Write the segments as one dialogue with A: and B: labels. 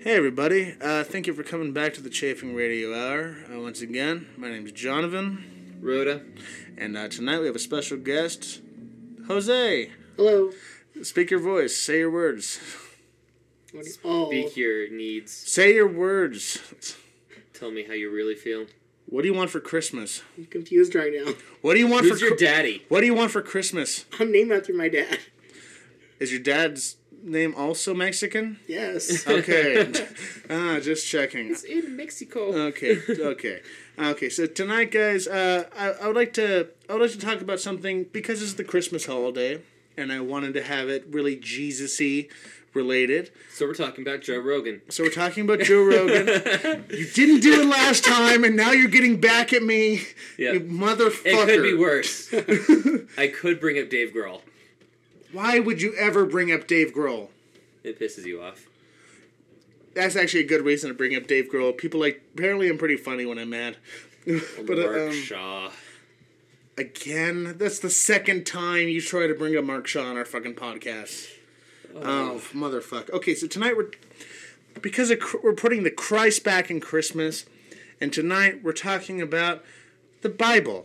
A: Hey, everybody. Uh, thank you for coming back to the Chafing Radio Hour. Uh, once again, my name is Jonovan,
B: Rhoda.
A: and uh, tonight we have a special guest, Jose.
C: Hello.
A: Speak your voice. Say your words.
C: Oh,
B: Speak your needs.
A: Say your words.
B: Tell me how you really feel.
A: What do you want for Christmas?
C: I'm confused right now.
A: What do you want
B: Who's
A: for
B: your
A: Chri-
B: daddy?
A: What do you want for Christmas?
C: I'm named after my dad.
A: Is your dad's name also Mexican?
C: Yes.
A: Okay. ah, just checking.
B: in Mexico.
A: Okay, okay, okay. So tonight, guys, uh, I, I would like to I would like to talk about something because it's the Christmas holiday, and I wanted to have it really Jesus-y related.
B: so we're talking about Joe Rogan.
A: So we're talking about Joe Rogan. you didn't do it last time, and now you're getting back at me,
B: Yeah.
A: you motherfucker.
B: It could be worse. I could bring up Dave Grohl.
A: Why would you ever bring up Dave Grohl?
B: It pisses you off.
A: That's actually a good reason to bring up Dave Grohl. People like apparently I'm pretty funny when I'm mad. but
B: Mark
A: uh, um,
B: Shaw.
A: Again, that's the second time you try to bring up Mark Shaw on our fucking podcast. Oh, motherfucker. Okay, so tonight we're because of, Chr- we're putting the Christ back in Christmas, and tonight we're talking about the Bible.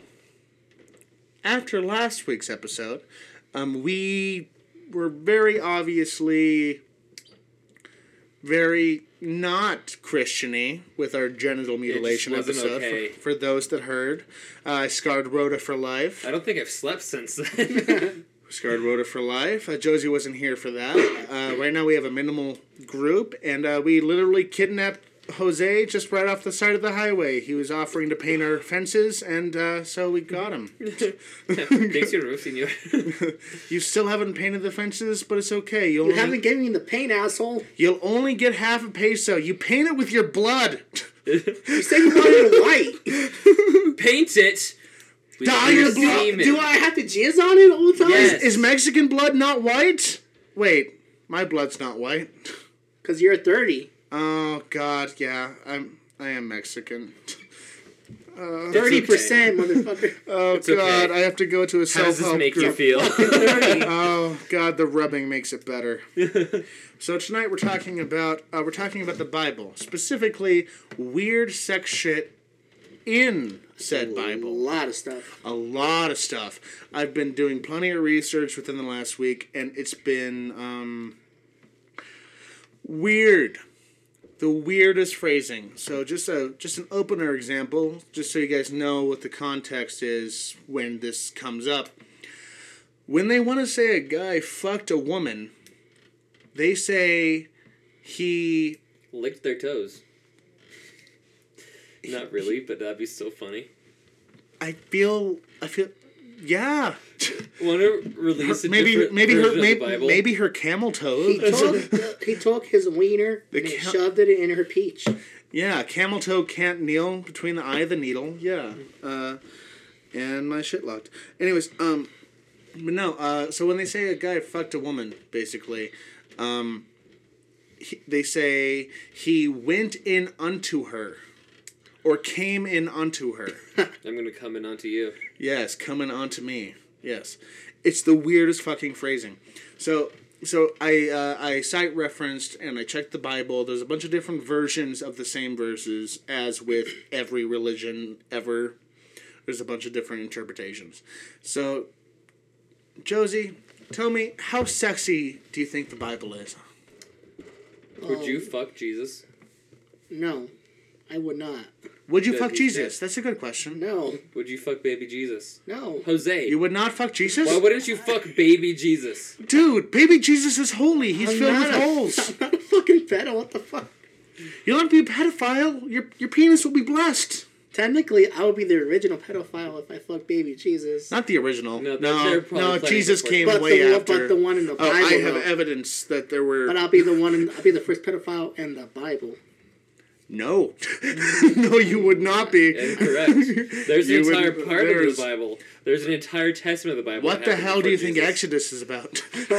A: After last week's episode, um, we were very obviously very not Christiany with our genital mutilation
B: wasn't
A: episode.
B: okay.
A: For, for those that heard, uh, I scarred Rhoda for life.
B: I don't think I've slept since then.
A: Scarred Rhoda for life. Uh, Josie wasn't here for that. Uh, right now we have a minimal group, and uh, we literally kidnapped Jose just right off the side of the highway. He was offering to paint our fences, and uh, so we got him.
B: Thanks for roasting you.
A: You still haven't painted the fences, but it's okay. You'll
C: you
A: only,
C: haven't given me the paint, asshole.
A: you'll only get half a peso. You paint it with your blood.
C: You said you wanted it white.
B: Paint it. with
A: Dye
B: your
A: your blood.
B: semen.
C: Do I have to jizz on it all the time?
B: Yes.
A: Is Mexican blood not white? Wait, my blood's not white.
C: Because you're 30.
A: Oh God, yeah, I'm I am Mexican.
C: 30%, motherfucker.
A: Oh
B: okay.
A: God, I have to go to a
B: How
A: self
B: does this
A: help
B: make you
A: group.
B: feel?
A: Oh God, the rubbing makes it better. so tonight we're talking about uh, we're talking about the Bible, specifically weird sex shit in said
C: A
A: Bible.
C: lot of stuff.
A: A lot of stuff. I've been doing plenty of research within the last week, and it's been um, weird. The weirdest phrasing. So just a just an opener example, just so you guys know what the context is when this comes up. When they want to say a guy fucked a woman, they say he
B: Licked their toes. Not really, but that'd be so funny.
A: I feel I feel yeah.
B: Want to release a
A: maybe
B: different
A: maybe her
B: version of the
A: maybe,
B: Bible?
A: maybe her camel toe.
C: He took, he took his wiener and he
A: count-
C: shoved it in her peach.
A: Yeah, camel toe can't kneel between the eye of the needle. Yeah. Uh, and my shit locked. Anyways, um, but no, uh, so when they say a guy fucked a woman, basically, um, he, they say he went in unto her or came in unto her.
B: I'm gonna come in onto you.
A: Yes, coming onto me. Yes, it's the weirdest fucking phrasing. So, so I uh, I site referenced and I checked the Bible. There's a bunch of different versions of the same verses, as with every religion ever. There's a bunch of different interpretations. So, Josie, tell me how sexy do you think the Bible is?
B: Would you fuck Jesus?
C: No, I would not.
A: Would you
B: That'd
A: fuck
B: be
A: Jesus? That's a good question.
C: No,
B: Would you fuck baby Jesus?
C: no.
B: Jose,
A: You would not fuck Jesus,
B: why wouldn't you fuck baby Jesus?
A: dude. Baby Jesus is holy. He's
C: I'm
A: filled
C: not
A: with
C: a-
A: holes.
C: I'm not a fucking pedo. What the fuck?
A: You'll not be a pedophile. Your your penis will be blessed.
C: Technically, I would be the original pedophile if I fucked baby Jesus.
A: Not the original.
B: No,
A: No,
B: they're- they're
A: no,
B: probably planning
A: Jesus
B: it for you.
A: came
C: But the
A: way
C: one-
A: after.
C: but the one in the
A: oh, I
C: Bible,
A: have
C: though.
A: evidence that there were
C: But I'll be the one. In, I'll be the first pedophile in the Bible.
A: no, no, you would not be.
B: Incorrect. There's an
A: You would-
B: entire part of
A: there's-
B: the Bible. There's an entire testament of the Bible.
A: What
B: that
A: the
B: happened
A: hell do you
B: before
A: think
B: Jesus.
A: Exodus is about?
C: I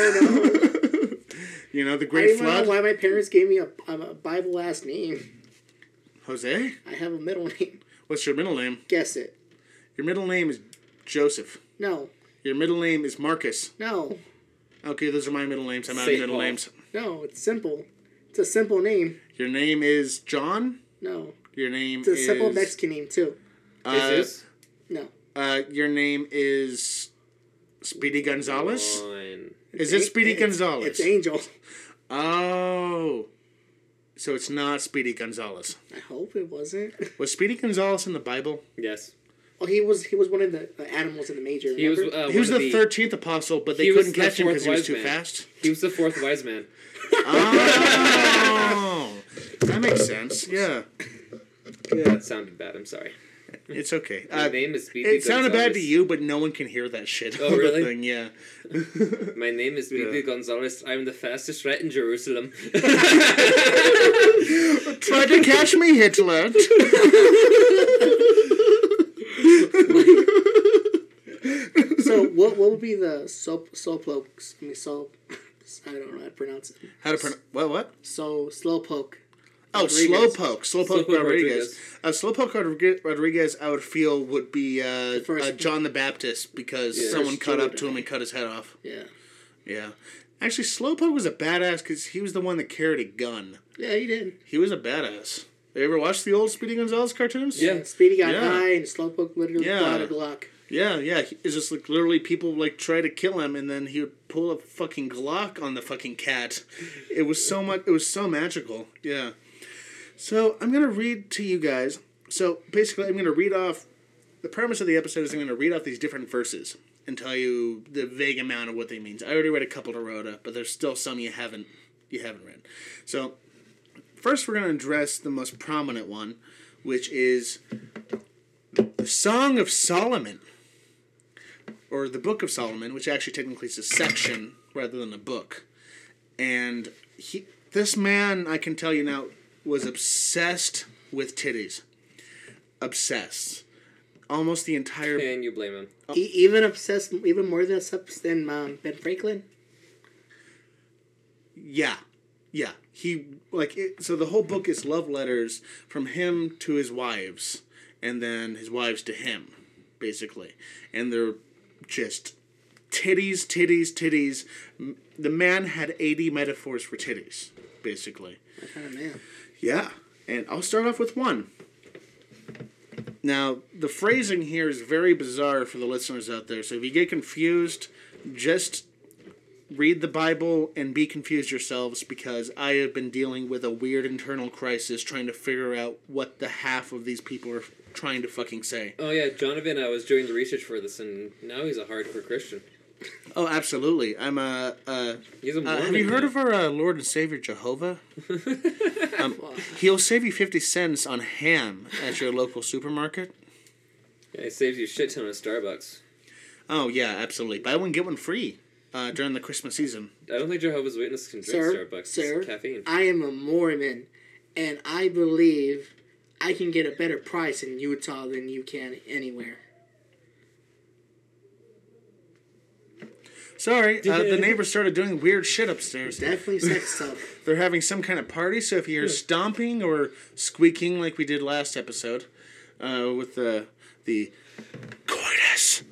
A: you know the
C: don't
A: Great
C: even know
A: Flood.
C: why my parents gave me a, a Bible last name.
A: Jose,
C: I have a middle name.
A: what's your middle name?
C: Guess it.
A: Your middle name is Joseph.
C: No,
A: Your middle name is Marcus.
C: no,
A: Okay, those are my middle names. I'm out of
B: Saint
A: middle
B: Paul.
A: names.
C: no. It's simple. It's a simple name.
A: Your name is John.
C: No.
A: Your name
C: It's a
A: is
C: simple Mexican name, too.
A: Uh,
B: this
C: No.
A: uh, your name is Speedy
B: is
A: Gonzalez.
B: fine.
A: Is it Speedy
C: It's-
A: Gonzalez?
C: It's Angel.
A: Oh, so it's not Speedy Gonzalez.
C: I hope it wasn't.
A: Was Speedy Gonzalez in the Bible?
B: Yes.
C: Well, he was he was one of the uh, animals in the major.
B: He was.
C: remember?
B: Uh,
A: He was
B: one
A: the
B: of
A: thirteenth apostle, but they
B: He was
A: couldn't
B: the
A: catch him because he
B: fourth
A: was too
B: wise man.
A: fast.
B: He was the fourth wise man.
A: Oh, that makes sense. Yeah,
B: That sounded bad. I'm sorry.
A: it's okay.
B: My
A: Uh,
B: name is Speedy.
A: it sounded bad to
B: Gonzalez.
A: you, but no one can hear that shit.
B: Oh,
A: on the
B: really?
A: thing, Yeah.
B: My name is Speedy
A: Yeah.
B: Gonzalez. I'm the fastest rat in Jerusalem.
A: Try to catch me, Hitler.
C: so what what would be the sol slowpoke? I mean sol. I don't know how to pronounce it.
A: How to pronounce? What? What?
C: So slowpoke.
A: Oh,
C: Rodriguez.
A: Slowpoke.
B: Slowpoke
A: Slowpoke Rodriguez. Uh, Slowpoke Rodrig- Rodriguez, I would feel, would be uh,
C: first-
A: uh, John the Baptist because
B: Yeah.
A: someone
C: First
A: cut up
C: Jew
A: to him
C: guy.
A: and cut his head off.
C: Yeah.
A: Yeah. Actually, Slowpoke was a badass because he was the one that carried a gun.
C: Yeah, he did.
A: He was a badass. You ever watched the old Speedy Gonzales cartoons?
B: Yeah.
C: And Speedy got
A: Yeah.
C: high, and slowpoke literally
A: Yeah.
C: got a Glock.
A: Yeah, yeah. He- It's just like literally people like try to kill him, and then he would pull a fucking Glock on the fucking cat. It was so much. It was so magical. Yeah. So I'm gonna read to you guys. So basically, I'm gonna read off. The premise of the episode is I'm gonna read off these different verses and tell you the vague amount of what they mean. I already read a couple to Rhoda, but there's still some you haven't you haven't read. So first, we're gonna address the most prominent one, which is the Song of Solomon or the Book of Solomon, which actually technically is a section rather than a book. And he, this man, I can tell you now, was obsessed with titties. Obsessed. Almost the entire.
B: Can you blame him?
C: He E, even obsessed, even more than obsessed than um, Ben Franklin.
A: Yeah. Yeah. He, like, it, so the whole book is love letters from him to his wives, and then his wives to him, basically. And they're just titties, titties, titties. M- The man had 80 metaphors for titties, basically.
C: That kind of man.
A: Yeah. And I'll start off with one. Now, the phrasing here is very bizarre for the listeners out there. So if you get confused, just read the Bible and be confused yourselves because I have been dealing with a weird internal crisis trying to figure out what the half of these people are trying to fucking say.
B: Oh yeah, Donovan. I was doing the research for this, and now he's a hardcore Christian.
A: Oh, absolutely. I'm a. a
B: He's a
A: uh,
B: Mormon.
A: have you heard
B: now.
A: of our uh, Lord and Savior Jehovah? um, he'll save you 50 cents on ham at your local supermarket.
B: Yeah, he saves you a shit ton of Starbucks.
A: Oh yeah, absolutely. Buy one get one free uh, during the Christmas season.
B: I don't think Jehovah's Witness can drink
C: Sir,
B: Starbucks. It's
C: sir,
B: caffeine.
C: I am a Mormon, and I believe I can get a better price in Utah than you can anywhere.
A: Sorry, uh, the neighbors started doing weird shit upstairs.
C: Definitely sex stuff.
A: They're having some kind of party, so if you hear stomping or squeaking like we did last episode uh, with the the coitus,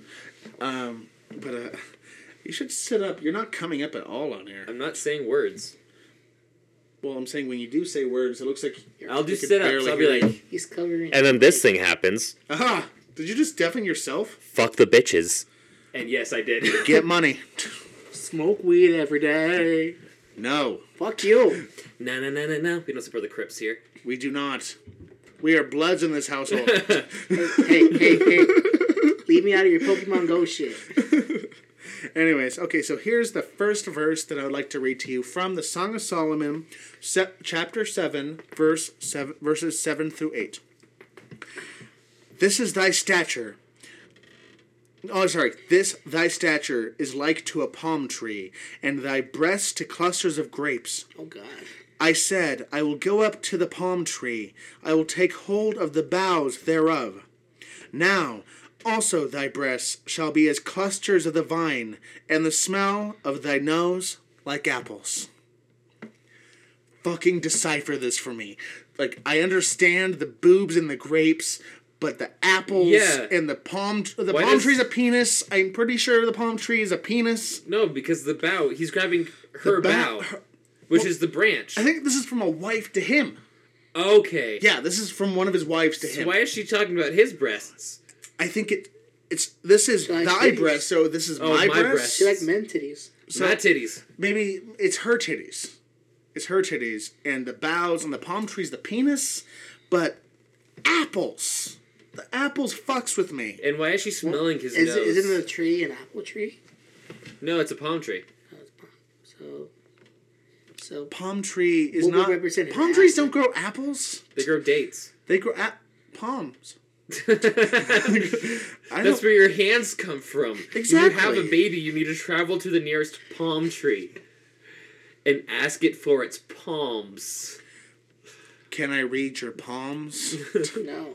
A: um, but uh, you should sit up. You're not coming up at all on air.
B: I'm not saying words.
A: Well, I'm saying when you do say words, it looks like
B: I'll
A: you
B: just
A: could
B: sit up.
A: barely
B: So I'll be
A: hear
B: like,
A: you.
C: He's covering.
D: And then this thing happens.
A: aha. Did you just deafen yourself?
D: Fuck the bitches.
B: and yes, I did.
A: Get money.
C: Smoke weed every day.
A: No,
C: Fuck you.
B: no, no, no, no, no. We don't support the Crips here.
A: we do not. We are bloods in this household.
C: hey, hey, hey. Leave me out of your Pokemon Go shit.
A: Anyways, okay, so here's the first verse that I would like to read to you from the Song of Solomon, se- chapter 7, verse 7, verses 7 through 8. This is thy stature. Oh, sorry. This thy stature is like to a palm tree, and thy breast to clusters of grapes.
C: Oh God.
A: I said, I will go up to the palm tree, I will take hold of the boughs thereof. Now also thy breasts shall be as clusters of the vine, and the smell of thy nose like apples. Fucking decipher this for me. Like, I understand the boobs and the grapes. But the apples
B: Yeah.
A: and the palm the
B: Why
A: palm
B: does-
A: tree's a penis. I'm pretty sure the palm tree is a penis.
B: No, because the bow. He's grabbing her
A: The bow-
B: bow. which is the branch.
A: I think this is from a wife to him.
B: Okay.
A: Yeah, this is from one of his wives to
B: So
A: him.
B: why is she talking about his breasts?
A: I think it. It's this is
C: Like
A: thy
C: titties.
A: breast, so this is
B: Oh,
A: my,
B: my
A: breast.
C: She like men titties.
A: So-
B: Not titties.
A: Maybe it's her titties. It's her titties, and the boughs on the palm trees, the penis, but apples. The apples fucks with me.
B: And why is she smelling his
C: Is,
B: nose?
C: it- isn't it a tree an apple tree?
B: No, it's a palm tree.
C: So, so
A: Palm tree is
C: What would
A: not.
C: represent an
A: Palm trees don't
C: apple?
A: grow apples.
B: They grow dates.
A: They grow ap- palms. I
B: That's
A: don't,
B: where your hands come from. When you have
A: Exactly.
B: a baby, you need to travel to the nearest palm tree and ask it for its palms.
A: can I read your palms?
C: no,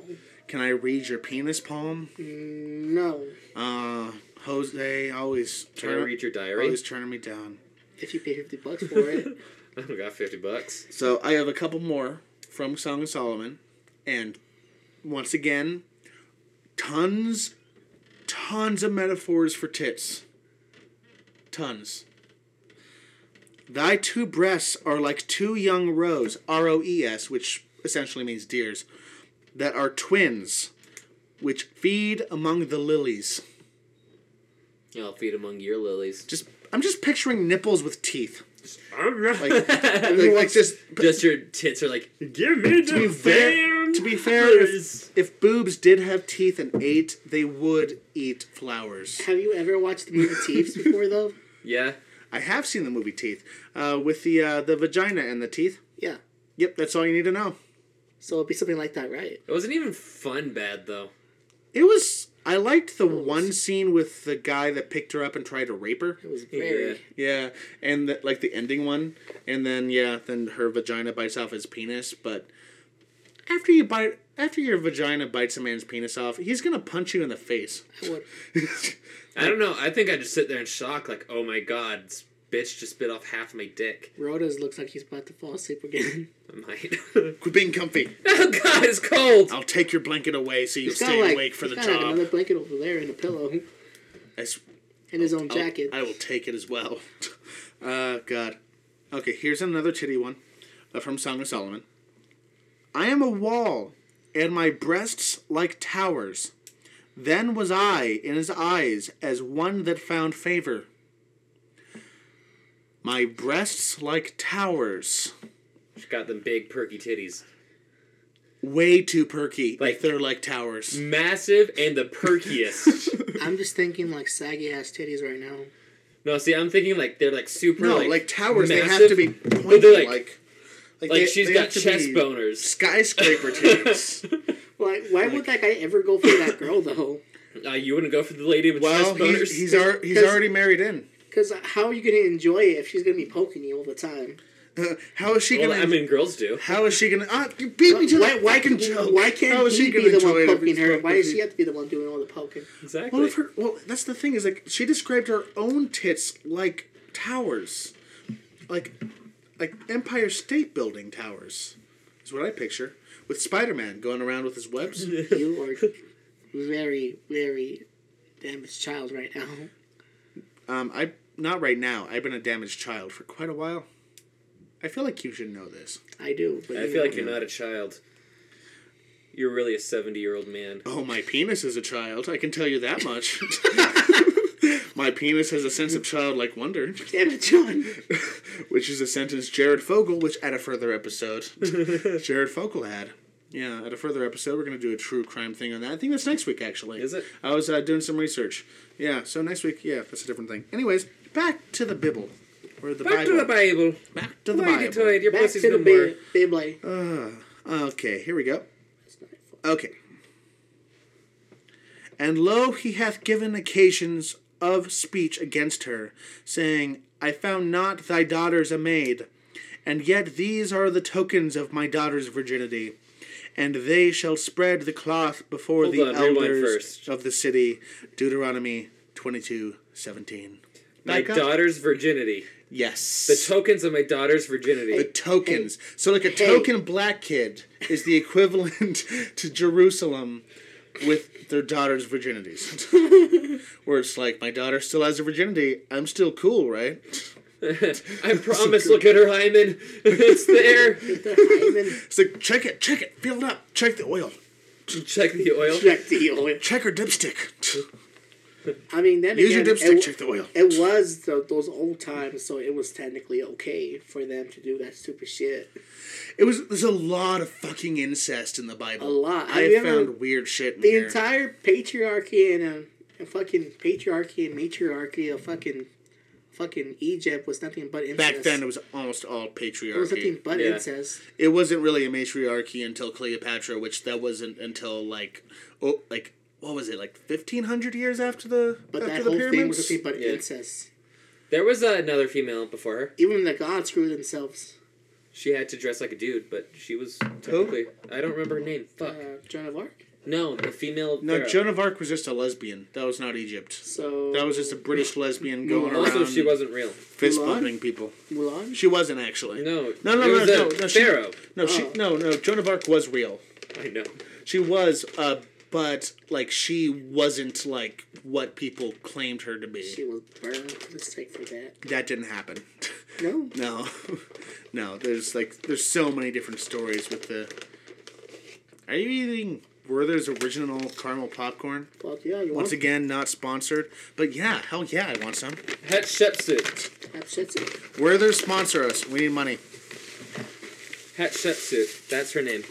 A: can I read your penis palm?
C: no.
A: Uh, Jose always
B: Can I
A: turn
B: read your diary?
A: always turning me down.
C: If you pay fifty bucks for it,
B: I don't got 50 bucks.
A: So I have a couple more from Song of Solomon, and once again, tons, tons of metaphors for tits. Tons. Thy two breasts are like two young roes, R O E S, which essentially means deers, that are twins, which feed among the lilies.
B: I'll feed among your lilies.
A: Just I'm just picturing nipples with teeth. Like,
B: Like,
A: like just
B: Just your tits are like, give me the
A: be fair,
B: damn
A: to be fair,
B: flowers."
A: if, if boobs did have teeth and ate, they would eat flowers.
C: have you ever watched the movie Thieves before though?
B: Yeah.
A: I have seen the movie Teeth uh, with the uh, the vagina and the teeth.
C: Yeah.
A: Yep, that's all you need to know.
C: So it'd be something like that, right?
B: It wasn't even fun bad, though.
A: It was. I liked the one scene with the guy that picked her up and tried to rape her.
C: It was very.
B: Yeah.
A: Yeah, and the, like the ending one, and then yeah, then her vagina bites off his penis. But after you bite, after your vagina bites a man's penis off, he's gonna punch you in the face.
C: I would.
B: I don't know. I think I just sit there in shock, like, oh my god, this bitch just bit off half my dick.
C: Rhoda's looks like he's about to fall asleep again.
B: I might. oh
A: Quit being comfy.
B: god, it's cold!
A: I'll take your blanket away so you'll
C: He's got,
A: stay
C: like-
A: awake for the
C: he's got, like,
A: job.
C: another blanket over there and a pillow
A: I s-
C: and his own
A: I'll-
C: jacket.
A: oh, I will take it as well. Uh, God. Okay, here's another titty one uh, from Song of Solomon. I am a wall, and my breasts like towers. Then was I in his eyes as one that found favor. My breasts like towers.
B: She's got them big perky titties.
A: Way too perky. Like
B: Like-
A: they're like towers.
B: Massive and the perkiest.
C: I'm just thinking like saggy ass titties right now.
B: no, see, I'm thinking like they're like super.
A: No,
B: like,
A: like, towers. They have
B: massive.
A: to be
B: But
A: pointy.
B: they're
A: Like,
B: like-
A: like,
B: Like
A: they-
B: she's
A: they
B: got
A: have to
B: chest
A: be
B: boners.
A: Skyscraper titties.
C: Like, why would that guy ever go for that girl though?
B: Uh, you wouldn't go for the lady with
A: Well,
B: chest boners.
A: he's he's, ar- he's
C: Because-
A: already married in.
C: Because how are you gonna enjoy it if she's gonna be poking you all the time?
A: How is she
B: well,
A: gonna?
B: I mean, girls do.
A: how is she gonna? Ah, you beat me to
C: Why,
A: that
C: why
A: fucking
C: can
A: joke.
C: why can't
A: How is
C: he
A: she
C: be
A: gonna
C: the one
A: enjoy it if
C: poking
A: it's
C: her?
A: fucked
C: Why
A: with
C: does she
A: you?
C: have to be the one doing all the poking?
B: Exactly.
A: Well, if her, well, that's the thing is like she described her own tits like towers, like like Empire State Building towers, is what I picture with Spider Man going around with his webs.
C: You are very very damaged child right now.
A: um, I not right now. I've been a damaged child for quite a while. I feel like you should know this.
C: I do. But
B: I
C: you
B: feel
C: know.
B: like you're not a child. You're really a 70 year old man.
A: Oh, my penis is a child. I can tell you that much. my penis has a sense of childlike wonder,
C: Damn it, John.
A: which is a sentence Jared Fogle, which at a further episode, Jared Fogle had. Yeah, at a further episode, we're going to do a true crime thing on that. I think that's next week, actually.
B: Is it?
A: I was uh, doing some research. Yeah, so next week, yeah, that's a different thing. Anyways, back to the Bible. Or the
B: Back
A: Bible.
B: to the Bible.
A: Back to the
B: Lady
A: Bible.
B: Toad, your
C: Back to
B: pussy's no
C: the
B: more.
C: ba- Beyblade.
A: Okay, here we go.
C: That's not fun.
A: Okay. And lo, he hath given occasions of speech against her, saying, I found not thy daughters a maid, and yet these are the tokens of my daughter's virginity. And they shall spread the cloth before
B: Hold
A: the
B: on, rewind
A: elders
B: first.
A: of the city. Deuteronomy twenty-two seventeen.
B: My
A: Back up.
B: daughter's virginity.
A: Yes.
B: The tokens of my daughter's virginity.
A: the tokens. So like a token black kid is the equivalent to Jerusalem with their daughter's virginities. Where it's like my daughter still has a virginity, I'm still cool, right?
B: I promise. Look at her hymen. it's there.
C: Hymen,
A: It's like check it, check it, feel it up, check the oil,
B: Check the oil.
C: check the oil.
A: check her dipstick.
C: I mean, then
A: Use your
C: again,
A: dipstick,
C: it,
A: check the oil.
C: it was th those old times, so it was technically okay for them to do that stupid shit.
A: It was there's a lot of fucking incest in the Bible.
C: A lot.
A: I
C: Have you ever-
A: found weird shit in
C: The
A: here.
C: entire patriarchy and um, and fucking patriarchy and matriarchy of fucking fucking Egypt was nothing but incest.
A: Back then, it was almost all
C: it was nothing
A: patriarchy.
C: but
B: Yeah.
C: incest.
A: It wasn't really a matriarchy until Cleopatra, which that wasn't until like, oh, like what was it, like fifteen hundred years after the
C: But
A: after
C: that
A: the
C: whole
A: pyramids.
C: thing was nothing but
B: Yeah.
C: incest.
B: There was uh, another female before her.
C: Even the gods screwed themselves.
B: She had to dress like a dude, but she was technically. I don't remember her name.
C: Uh,
B: Fuck.
C: Joan of Arc.
B: No, the female.
A: no,
B: pharaoh.
A: Joan of Arc was just a lesbian. That was not Egypt.
C: So
A: That was just a British lesbian going
B: Also,
A: around
B: she wasn't real.
A: fist
C: Mulan?
A: bumping people.
C: Mulan.
A: She wasn't actually.
B: No.
A: No, no, no,
B: it was
A: no,
B: a
A: no, she-
B: Pharaoh.
A: No, she
C: Oh.
A: no no. Joan of Arc was real.
B: I know.
A: She was, uh, but like she wasn't like what people claimed her to be.
C: She was burned for the sake for that.
A: that didn't happen.
C: No.
A: no, no. There's like there's so many different stories with the. Are you eating Werther's original caramel popcorn?
C: Fuck yeah, you
A: Once
C: want
A: again, not sponsored, but yeah, hell yeah, I want some.
B: Hatshepsut.
C: Hatshepsut.
A: Werther's sponsor us. We need money.
B: Hatshepsut. That's her name.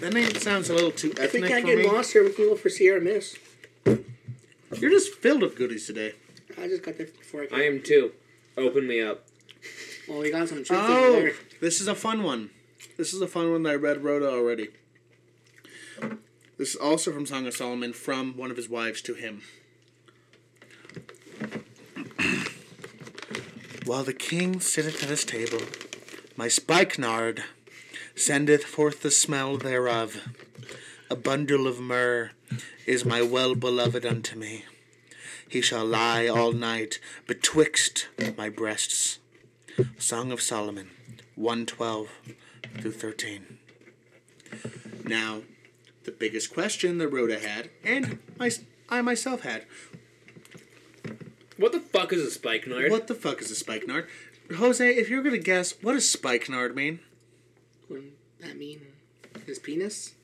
A: That name sounds a little too
C: If we
A: ethnic
C: can't
A: for
C: get
A: me.
C: lost here, we can go for Sierra Miss.
A: You're just filled with goodies today.
C: I just got there before I came.
B: I am too. Open me up.
C: Well, we got some drinks over
A: Oh,
C: there.
A: this is a fun one. This is a fun one that I read Rhoda already. This is also from Song of Solomon from one of his wives to him. While the king sitteth at his table, my spikenard sendeth forth the smell thereof. A bundle of myrrh is my well beloved unto me. He shall lie all night betwixt my breasts. Song of Solomon, 112 through 13. Now, the biggest question that Rhoda had, and my, I myself had,
B: What the fuck is a spikenard?
A: what the fuck is a spikenard? Jose, if you're gonna guess, what does spikenard mean?
C: Wouldn't that mean his penis?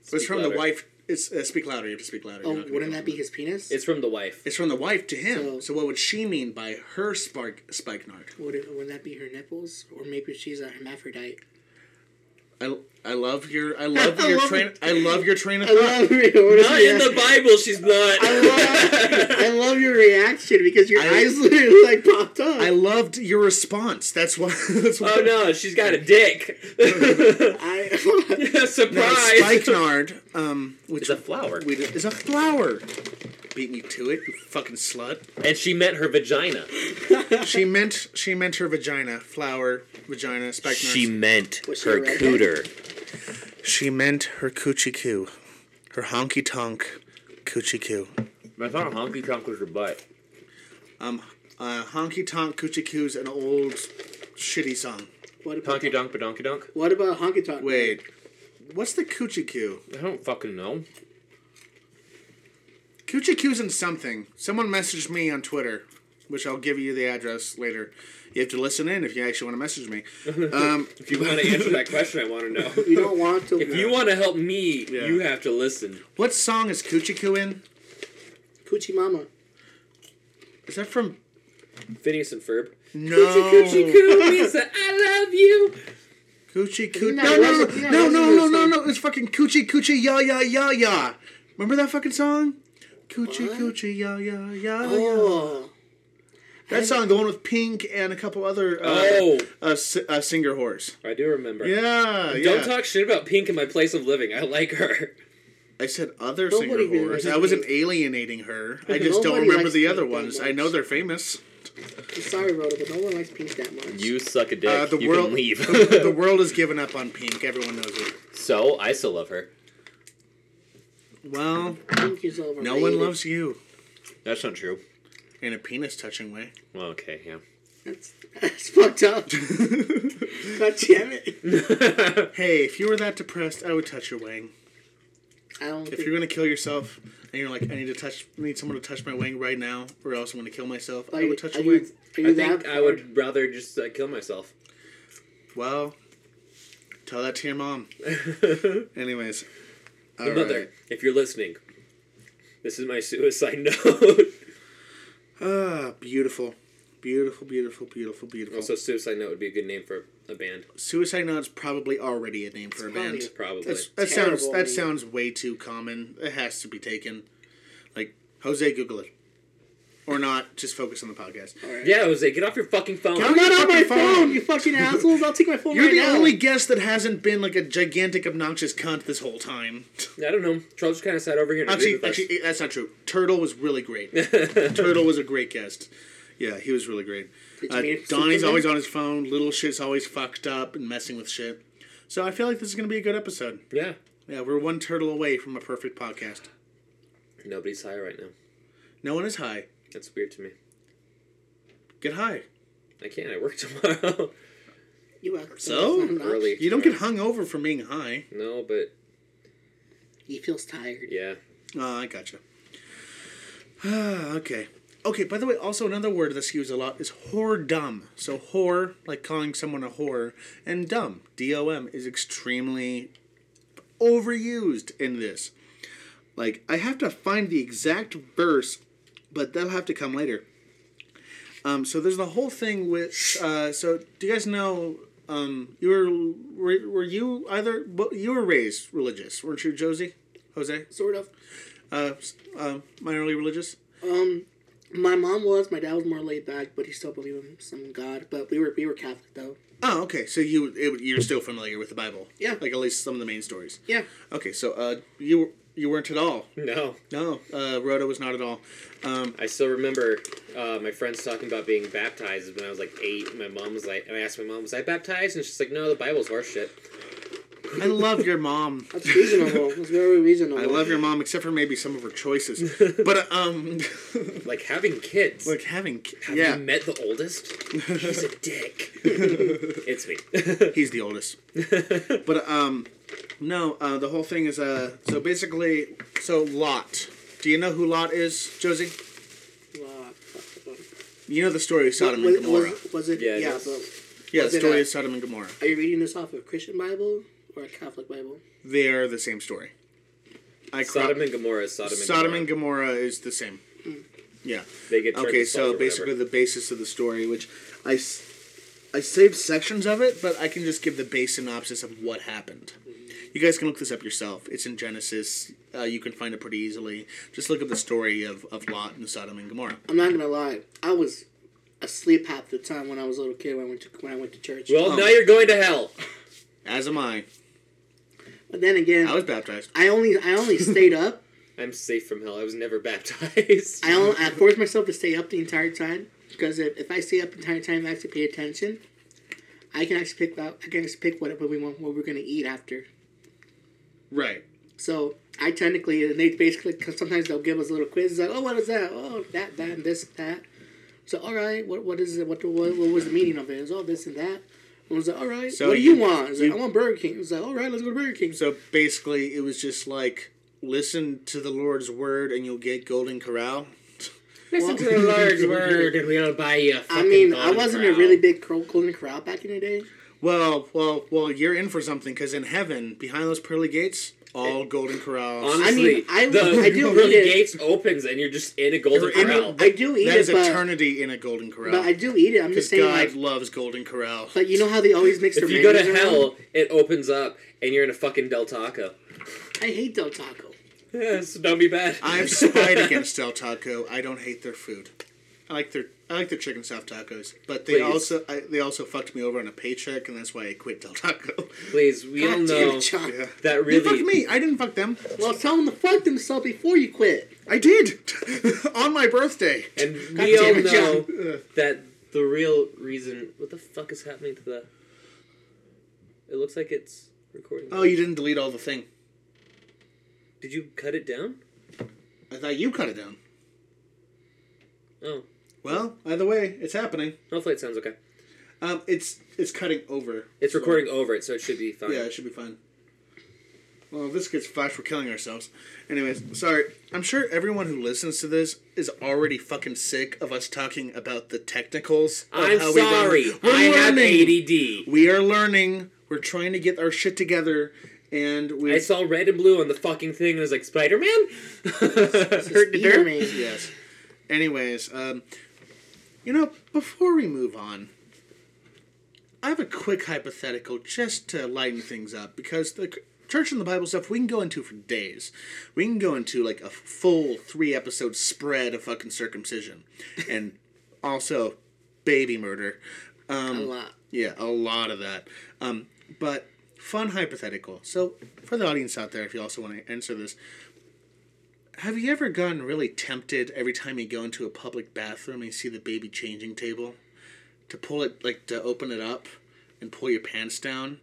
A: it's
B: Speak
A: from
B: louder.
A: the wife. It's uh, speak louder. You have to speak louder.
C: Oh,
A: you're not gonna
C: wouldn't
A: get
C: that be
A: it.
C: his penis?
B: It's from the wife.
A: It's from the wife to him. So,
C: So-
A: what would she mean by her spark spikenard?
C: Would it, wouldn't that be her nipples? Or maybe she's a hermaphrodite.
A: I, I love your I love
C: I
A: your
C: love
A: train
C: it.
A: I love your train of
C: I
A: thought.
C: love your
B: Not in the Bible, she's not.
C: I love your reaction because your
A: I-
C: eyes literally like popped up.
A: I loved your response. That's why. That's why
B: oh no, she's got a dick.
C: I
B: Surprise!
A: spikenard, um, which
B: It's a flower.
A: we did- is a flower. Beat me to it, you fucking slut.
B: And she meant her vagina.
A: She meant she meant her vagina, flower, vagina, spikenard.
D: She meant
C: Was she
D: her
C: a redhead?
D: cooter.
A: She meant her coochie coo, her honky tonk, coochie coo.
B: I thought honky tonk was her butt.
A: Um, uh, honky tonk coochie coo's an old shitty song.
C: what about
B: Honky donk, badonky donk.
C: what about honky tonk?
A: Wait, what's the coochie coo?
B: I don't fucking know.
A: Coochie coo's in something. Someone messaged me on Twitter, which I'll give you the address later. You have to listen in if you actually want to message me. Um,
B: If you want to answer that question, I want to know.
C: You don't want to.
B: If you want to help me,
A: Yeah.
B: you have to listen.
A: what song is coochie coo in?
C: Coochie Mama.
A: Is that from
B: Phineas and Ferb.
A: No.
B: Coochie coochie coo, Lisa, I love you.
A: Coochie coo.
C: No,
A: No,
C: it
A: no,
C: wasn't-
A: no,
C: yeah,
A: no, no,
C: it wasn't
A: no,
C: his
A: no,
C: song.
A: no. It's fucking coochie coochie ya ya ya ya. Remember that fucking song? Coochie
C: What?
A: coochie ya ya ya. ya.
C: Oh,
A: That song, the one with Pink and a couple other uh,
B: Oh,
A: uh, s- uh, singer whores.
B: I do remember.
A: Yeah, yeah.
B: Don't talk shit about Pink in my place of living. I like her.
A: I said other
C: Nobody
A: singer
C: really
A: whores.
C: likes
A: I wasn't
C: Pink.
A: alienating her. I just don't
C: Nobody
A: remember
C: likes
A: the
C: Pink
A: other
C: that
A: ones. I
C: much.
A: know they're famous.
C: I'm sorry, Rhoda, but no one likes pink that much.
D: You suck a dick.
A: Uh, the
D: you
A: world,
D: can leave.
A: the world has given up on Pink. Everyone knows it.
D: so I still love her.
A: Well,
C: Pink is overrated.
A: no one loves you
D: That's not true.
A: in a penis touching way.
D: Well, okay, yeah.
C: That's, that's fucked up. God damn it.
A: Hey, if you were that depressed, I would touch your wang.
C: I don't
A: If
C: think
A: you're gonna kill yourself and you're like, I need to touch, I need someone to touch my wing right now, or else I'm gonna kill myself.
C: are
A: I
C: you-
A: would touch
C: are
A: your
C: you-
A: wing.
C: are you
B: I think
C: that
B: I would rather just uh, kill myself.
A: Well, tell that to your mom. Anyways, All
B: Mother,
A: right.
B: if you're listening, this is my suicide note.
A: Oh. Ah, beautiful, beautiful, beautiful, beautiful, beautiful.
B: also, suicide note would be a good name for a band.
A: Suicide Note's probably already a name for a
C: probably-
A: band.
B: Probably.
A: That's, that
C: Terrible
A: sounds that
C: name.
A: sounds way too common. It has to be taken. Like Jose, Google it, or not. Just focus on the podcast.
B: yeah, Jose, get off your fucking phone.
A: Get off your
C: Not on my
A: fucking
C: phone, you fucking assholes! I'll take my phone
A: You're
C: right
A: the
C: now.
A: only guest that hasn't been like a gigantic obnoxious cunt this whole time.
B: I don't know. Charles just kind of sat over here and
A: Actually,
B: agreed with
A: actually, that's not true. Turtle was really great. Turtle was a great guest. Yeah, he was really great.
C: you
A: Uh,
C: mean it's
A: Donnie's
C: Superman?
A: always on his phone. Little shit's always fucked up and messing with shit. So I feel like this is gonna be a good episode.
B: us. Yeah.
A: Yeah, we're one turtle away from a perfect podcast.
B: Nobody's high right now.
A: No one is high.
B: That's weird to me.
A: Get high.
B: I can't. I work tomorrow.
C: You act like
A: So?
C: it's not an
B: Early.
C: option.
A: You don't get hung over from being high.
B: no, but
C: He feels tired.
B: yeah.
A: Oh, I gotcha. Ah, okay. Okay, by the way, also another word that's used a lot is whoredom. So whore, like calling someone a whore, and dumb, D-O-M, is extremely overused in this. Like, I have to find the exact verse, but that'll have to come later. Um, so there's the whole thing with, uh, so do you guys know, um, you were, were, were you either, you were raised religious, weren't you, Josie? Jose?
C: Sort of.
A: uh, s- uh, minorly religious.
C: Um, my mom was. My dad was more laid back, but he still believed in some God. But we were we were Catholic though.
A: Oh, okay. So you it, you're still familiar with the Bible?
C: Yeah.
A: Like at least some of the main stories.
C: Yeah.
A: Okay, so uh, you you weren't at all.
B: No.
A: No, uh, Rhoda was not at all. Um,
B: I still remember uh, my friends talking about being baptized when I was like eight. and My mom was like, and I asked my mom, was I baptized? And she's like, no, the Bible's horse shit.
A: I love your mom.
C: That's reasonable. That's very reasonable.
A: I love your mom, except for maybe some of her choices. But uh, um,
B: Like having kids.
A: like having ki-
B: Have
A: yeah,
B: you met the oldest? He's a dick. it's me.
A: He's the oldest. but um, no, uh, the whole thing is uh, so basically, so Lot. Do you know who Lot is, Josie?
C: Wow.
A: You know the story of Sodom and
C: was,
A: Gomorrah.
C: was, was it?
B: Yeah,
C: Yeah.
B: it is.
C: but
A: yeah,
C: was
A: the
C: it,
A: story
C: uh,
A: of Sodom and Gomorrah.
C: are you reading this off a Christian Bible or a Catholic Bible?
A: They are the same story. I cro-
B: Sodom and Gomorrah is Sodom and
A: Sodom
B: Gomorrah.
A: and Gomorrah is the same. Yeah.
B: They get turned
A: Okay,
B: to salt or
A: so
B: whatever.
A: basically the basis of the story, which I, s- I saved sections of it, but I can just give the base synopsis of what happened.
B: Mm-hmm.
A: You guys can look this up yourself. It's in Genesis. Uh, you can find it pretty easily. Just look up the story of, of Lot and Sodom and Gomorrah.
C: I'm not gonna lie. I was asleep half the time when I was a little kid when I went to when I went to church.
B: Well,
A: Oh.
B: now you're going to hell.
A: As am I.
C: but then again,
A: I was baptized.
C: I only I only stayed up.
B: I'm safe from hell. I was never baptized.
C: I only, I forced myself to stay up the entire time because if, if I stay up the entire time, I have to pay attention. I can actually pick out. I can actually pick what what we want, what we're gonna eat after.
A: Right.
C: So I technically, and they basically, cause sometimes they'll give us little quizzes like, oh, what is that? Oh, that, that, and this, that. So all right, what what is it? What what, what was the meaning of it? It's all this and that. I was like, all right,
A: So
C: what do you,
A: you-
C: want? I was like, I want Burger King. I was like, all right, let's go to Burger King.
A: So basically, it was just like listen to the Lord's word and you'll get Golden Corral.
C: Listen to
B: the Lord's word, and we'll buy you. A
C: I mean, I wasn't a really big Cro- Golden Corral back in the day.
A: Well, well, well, you're in for something because in heaven, behind those pearly gates, all golden corrals.
B: Honestly,
C: I mean, I-
B: the
C: I do
B: pearly
C: eat it.
B: gates opens, and you're just in a golden
A: You're
C: I
A: in
B: corral.
C: mean, I do eat
A: that is
C: it, but,
A: eternity in a golden corral.
C: but I do eat it. I'm
A: because
C: just saying,
A: God
C: like,
A: loves golden corral.
C: but you know how they always mix their
B: if you go to
C: mayonnaise around?
B: hell, it opens up, and you're in a fucking Del Taco.
C: I hate Del Taco.
B: Yeah, so don't be bad.
A: I've spied against Del Taco. I don't hate their food. I like their I like their chicken stuffed tacos, but they
B: Please.
A: also I, they also fucked me over on a paycheck, and that's why I quit Del Taco.
B: Please, we all
C: God damn
B: know
C: it, John.
A: Yeah.
B: that
A: They fucked
B: really.
A: me. I didn't fuck them.
C: Well, tell them to fuck themselves before you quit.
A: I did on my birthday.
B: And
C: God
B: we all
C: damn it,
B: know
A: John. Ugh.
B: that the real reason. What the fuck is happening to the? It looks like it's recording.
A: Oh, you didn't delete all the thing.
B: Did you cut it down?
A: I thought you cut it down.
B: Oh,
A: Well, either way, it's happening.
B: hopefully it sounds okay.
A: Um, it's it's cutting over.
B: It's
A: So-
B: recording over it, so it should be fine.
A: Yeah, it should be fine. Well, if this gets flash, we're killing ourselves. Anyways, sorry. I'm sure everyone who listens to this is already fucking sick of us talking about the technicals. of
B: I'm
A: how we learn.
B: sorry.
A: We're
B: I have
A: learning.
B: ADD.
A: We are learning. We're trying to get our shit together, and we.
B: I saw red and blue on the fucking thing and I was like, Spider Man? Hurt the
C: Spider-Man.
B: dirt?
A: yes. Anyways, um, you know, before we move on, I have a quick hypothetical just to lighten things up because the c- church and the Bible stuff we can go into for days. We can go into like a full three episode spread of fucking circumcision and also baby murder.
C: A
A: Um,
C: lot.
A: yeah, a lot of that. Um, but fun hypothetical. So, for the audience out there, if you also want to answer this, have you ever gotten really tempted every time you go into a public bathroom and you see the baby changing table to pull it, like to open it up and pull your pants down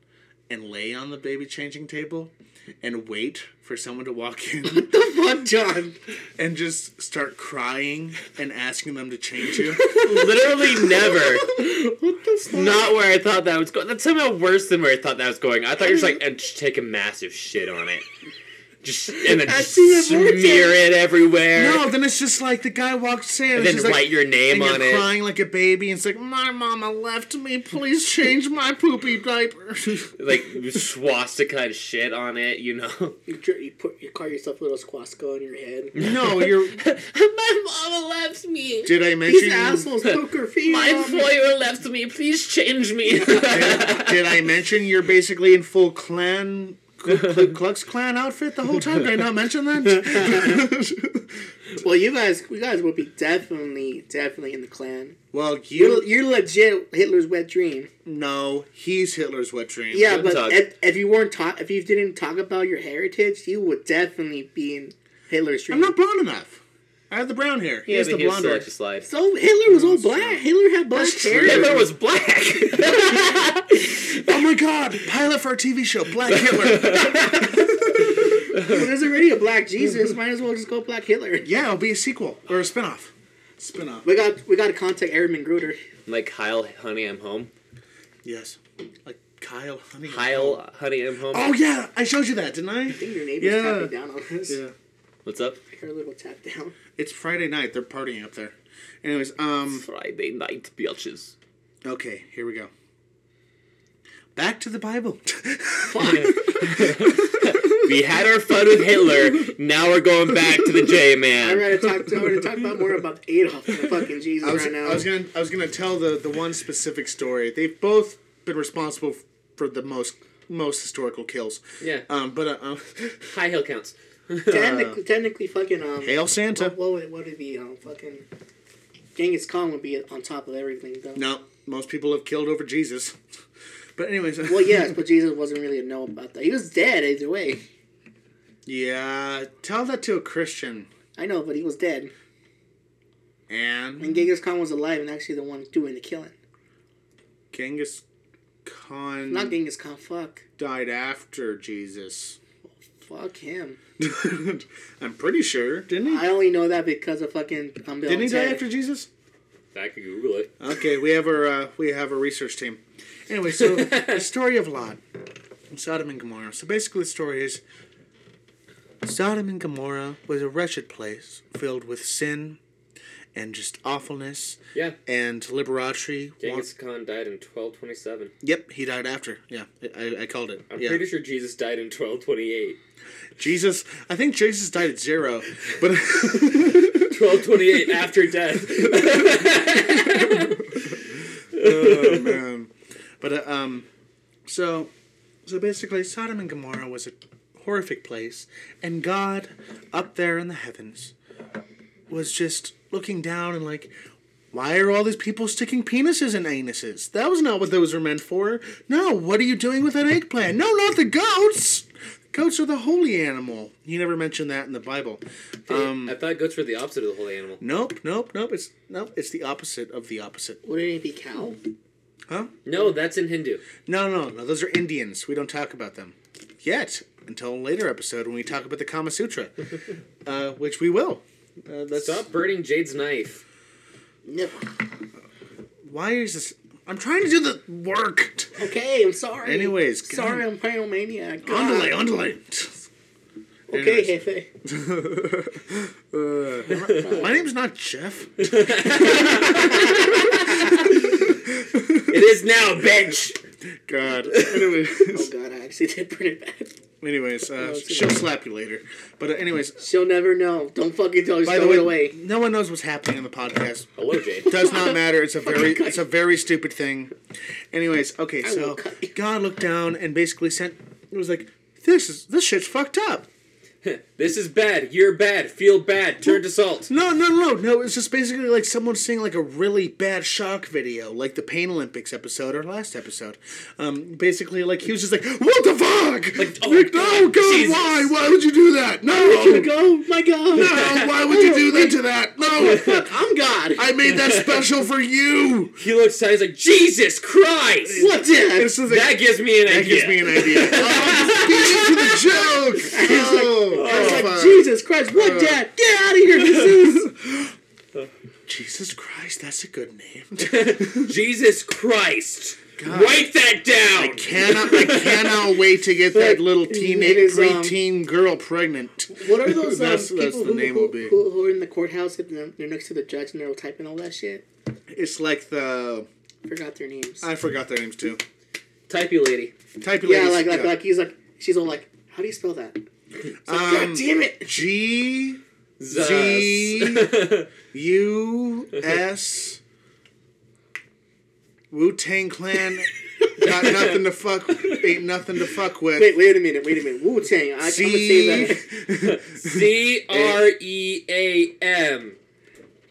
A: and lay on the baby changing table and wait for someone to walk in
C: What, John?
A: and just start crying and asking them to change you?
D: Literally never.
C: What the fuck?
D: Not where I thought that was going. That's somehow worse than where I thought that was going. I thought you were just like, and just take a massive shit on it. Just, and then just
C: see it more,
D: smear it everywhere.
A: No, then it's just like the guy walks in
D: and
A: it's
D: then
A: just
D: write
A: like,
D: your name
A: and
D: on
A: you're
D: it.
A: crying like a baby, and it's like, my mama left me. Please change my poopy diaper.
D: Like, swastika and shit on it, you know?
C: You, dr- you, put, you call yourself a little squasco on your head.
A: no, you're.
D: My mama left me.
A: Did I mention?
C: These assholes poke her feet.
D: My
C: on me.
D: foyer left me. Please change me.
A: Did I mention you're basically in full clan Ku Ku Klux Klan outfit the whole time? Did I not mention that?
C: Well, you guys, you guys will be definitely, definitely in the clan.
A: well, you
C: You're, you're legit Hitler's wet dream.
A: no, he's Hitler's wet dream.
C: Yeah,
D: Good
C: but
D: talk.
C: if, if you weren't taught, if you didn't talk about your heritage, you would definitely be in Hitler's dream.
A: I'm not blonde enough. I have the brown hair. He
D: yeah,
A: has
D: but he
A: the blonde
D: still
A: hair.
D: likes to slide.
C: so Hitler was all black. Hitler had black
A: That's
C: hair.
A: true.
D: Hitler was black.
A: Oh my God! Pilot for our TV show, Black Hitler.
C: Well, there's already a black Jesus. Might as well just go black Hitler.
A: yeah, it'll be a sequel or a spinoff. Spinoff.
C: We got we got to contact Aaron Gruder.
D: like Kyle, honey, I'm home.
A: Yes. Like Kyle Honey.
D: Kyle, honey, I'm home.
A: Oh yeah, I showed you that, didn't I?
C: I think your neighbor's
A: Yeah.
C: tapping down on us.
A: Yeah.
D: What's up?
C: Her little tap down.
A: It's Friday night. They're partying up there. Anyways, um.
D: Friday night, bitches.
A: Okay, here we go. Back to the Bible.
D: We had our fun with Hitler. Now we're going back to the J
C: I'd
D: man.
C: rather talk to her to talk about more about Adolf than fucking Jesus
A: I was,
C: right now.
A: I was gonna I was gonna tell the the one specific story. They've both been responsible f- for the most most historical kills.
B: Yeah.
A: Um, but uh, um,
B: High hill counts.
C: technically, technically, fucking um.
A: uh, hail Santa.
C: What, what would what would be um fucking Genghis Khan would be on top of everything though.
A: No, most people have killed over Jesus. But anyways.
C: Well, yes, but Jesus wasn't really a know about that. He was dead either way.
A: Yeah. Tell that to a Christian.
C: I know, but he was dead.
A: And
C: And Genghis Khan was alive and actually the one doing the killing.
A: Genghis Khan
C: Not Genghis Khan. Fuck.
A: died after Jesus.
C: Fuck him.
A: I'm pretty sure, didn't he?
C: I only know that because of fucking. Um, Bill
A: didn't he
C: and
A: die
C: Ted.
A: after Jesus?
B: I could Google it.
A: Okay, we have our uh, we have our research team. Anyway, so the story of Lot, Sodom and Gomorrah. So basically, the story is Sodom and Gomorrah was a wretched place filled with sin and just awfulness.
B: Yeah.
A: And Liberace. wa-
B: Genghis Khan died in 1227.
A: yep, he died after. Yeah, I, I called it.
B: I'm
A: yeah.
B: pretty sure Jesus died in 1228.
A: Jesus, I think Jesus died at zero, but
B: 1228 after death.
A: oh man. But uh, um, so so basically, Sodom and Gomorrah was a horrific place, and God up there in the heavens was just looking down and like. Why are all these people sticking penises in anuses? That was not what those were meant for. No, what are you doing with that eggplant? No, not the goats. Goats are the holy animal. You never mentioned that in the Bible. Um,
D: Um,
B: I thought goats were the opposite of the holy animal.
A: Nope, nope, nope. It's nope. It's the opposite of the opposite.
C: Wouldn't it be cow?
A: Huh?
B: No, that's in Hindu.
A: No, no, no. Those are Indians. We don't talk about them yet until a later episode when we talk about the Kama Sutra, uh, which we will. Uh, that's
B: Stop burning Jade's knife.
C: Never.
A: Why is this? I'm trying to do the work.
C: Okay, I'm sorry.
A: Anyways,
C: sorry, I'm pyromaniac. God.
A: Underlay, underlay.
C: Okay,
A: Anyways.
C: Hefe.
A: My name's not Jeff.
D: It is now, bitch.
A: God.
C: Oh
A: Anyways,
C: god, I actually did print it back.
A: anyways, uh,
C: it's
A: she'll slap you later. But uh, anyways,
C: She'll never know. Don't fucking tell her.
A: by
C: Just
A: the
C: throw
A: way,
C: it away.
A: no one knows what's happening in the podcast.
B: Hello, Jade.
A: Does not matter. It's a very it's a very stupid thing. Anyways, okay, so
C: will cut you.
A: God looked down and basically sent. It was like this is this shit's fucked up.
B: This is bad. You're bad. Feel bad. Turn to salt.
A: No, no, no, no. It's just basically like someone seeing like a really bad shock video, like the Pain Olympics episode or last episode. Um, basically, like he was just like, "What the fuck? Like,
B: oh,
A: no, God,
B: Jesus."
A: why? Why would you do that? No,
C: Here we go. My god.
A: no, why would you do that to that? No,
C: I'm God.
A: I made that special for you.
B: He looks at it, he's like, Jesus Christ!
C: What's that?
A: This is
B: That gives me an
A: that
B: idea.
A: gives me an idea. Oh, I'm just beating to the joke. Oh,
C: I was
A: fuck.
C: like, Jesus Christ, what that? Get out of here, this is.
A: Jesus Christ, that's a good name.
B: Jesus Christ! Write that down!
A: cannot I cannot wait to get that little teenage
C: It is, um,
A: preteen girl pregnant.
C: What are those um,
A: That's-
C: people
A: that's the
C: who,
A: name
C: who,
A: will be.
C: Who, who are in the courthouse and they're- they're next to the judge and they're all typing all that shit?
A: It's like the
C: Forgot their names.
A: I forgot their names too.
B: Type you lady.
A: Type your
C: yeah,
A: ladies-
C: like like like he's like she's all like, how do you spell that? It's like,
A: Um,
C: God damn it!
A: G
B: Zus.
A: Z- U S Wu Tang Clan. Got nothing to fuck. Ain't nothing to fuck with.
C: Wait, wait a minute, wait a minute. Wu Tang. I'm gonna say that.
B: C R E A M.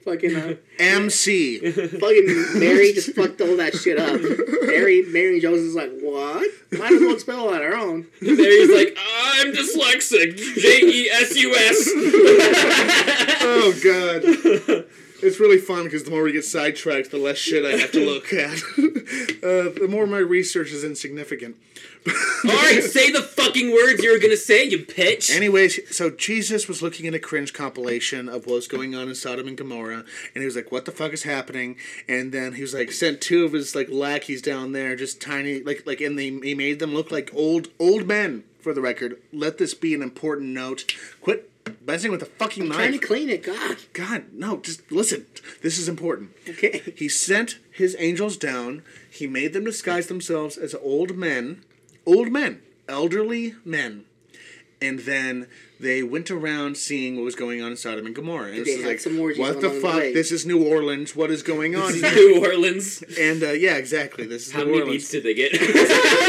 C: Fucking uh,
A: MC.
C: fucking Mary just fucked all that shit up. Mary Mary Jones is like, what? Might as well spell it on her own.
B: Mary's like, I'm dyslexic. J E S U S.
A: Oh god. It's really fun because the more we get sidetracked, the less shit I have to look at. Uh, the more my research is insignificant.
B: Alright, say the fucking words you were gonna say, you pitch.
A: Anyways, so Jesus was looking at a cringe compilation of what was going on in Sodom and Gomorrah, and he was like, "What the fuck is happening?" And then he was like, sent two of his like lackeys down there, just tiny, like like, and they he made them look like old old men. For the record, let this be an important note. Quit messing with the fucking
C: Trying to
A: knife.
C: clean it, God.
A: God, no, just listen. This is important.
C: Okay.
A: He sent his angels down. He made them disguise themselves as old men, old men, elderly men. And then they went around seeing what was going on in Sodom and Gomorrah. And
C: they
A: this is
C: have
A: like,
C: some orgies
A: what the
C: along the
A: fuck?
C: way?
A: this is New Orleans. What is going on?
B: This is New Orleans.
A: and uh, yeah, exactly. This is
B: How
A: New
B: many
A: Orleans.
B: beats did they get?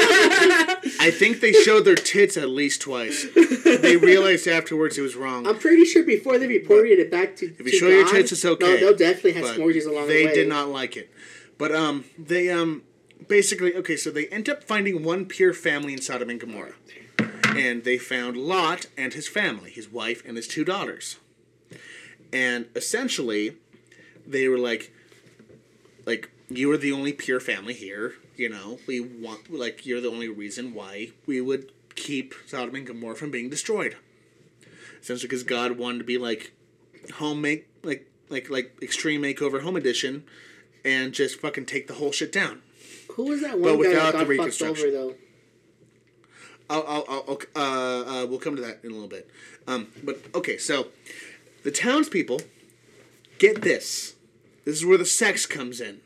A: I think they showed their tits at least twice. they realized afterwards it was wrong.
C: I'm pretty sure before they reported it back to
A: If you show your tits, it's okay.
C: No, they'll definitely have
A: but
C: smorgies along
A: they
C: the way.
A: did not like it. But um, they um, basically okay. So they end up finding one pure family in Sodom and Gomorrah, and they found Lot and his family, his wife and his two daughters, and essentially, they were like, like you are the only pure family here. You know, we want like you're the only reason why we would keep Sodom and Gomorrah from being destroyed. Essentially, because God wanted to be like home make like like like extreme makeover home edition and just fucking take the whole shit down
C: Who was that one
A: But
C: guy
A: without the
C: that got fucked
A: reconstruction.
C: over though?
A: I'll, I'll, I'll, I'll- uh, uh, we'll come to that in a little bit um, but okay so the townspeople get this this is where the sex comes in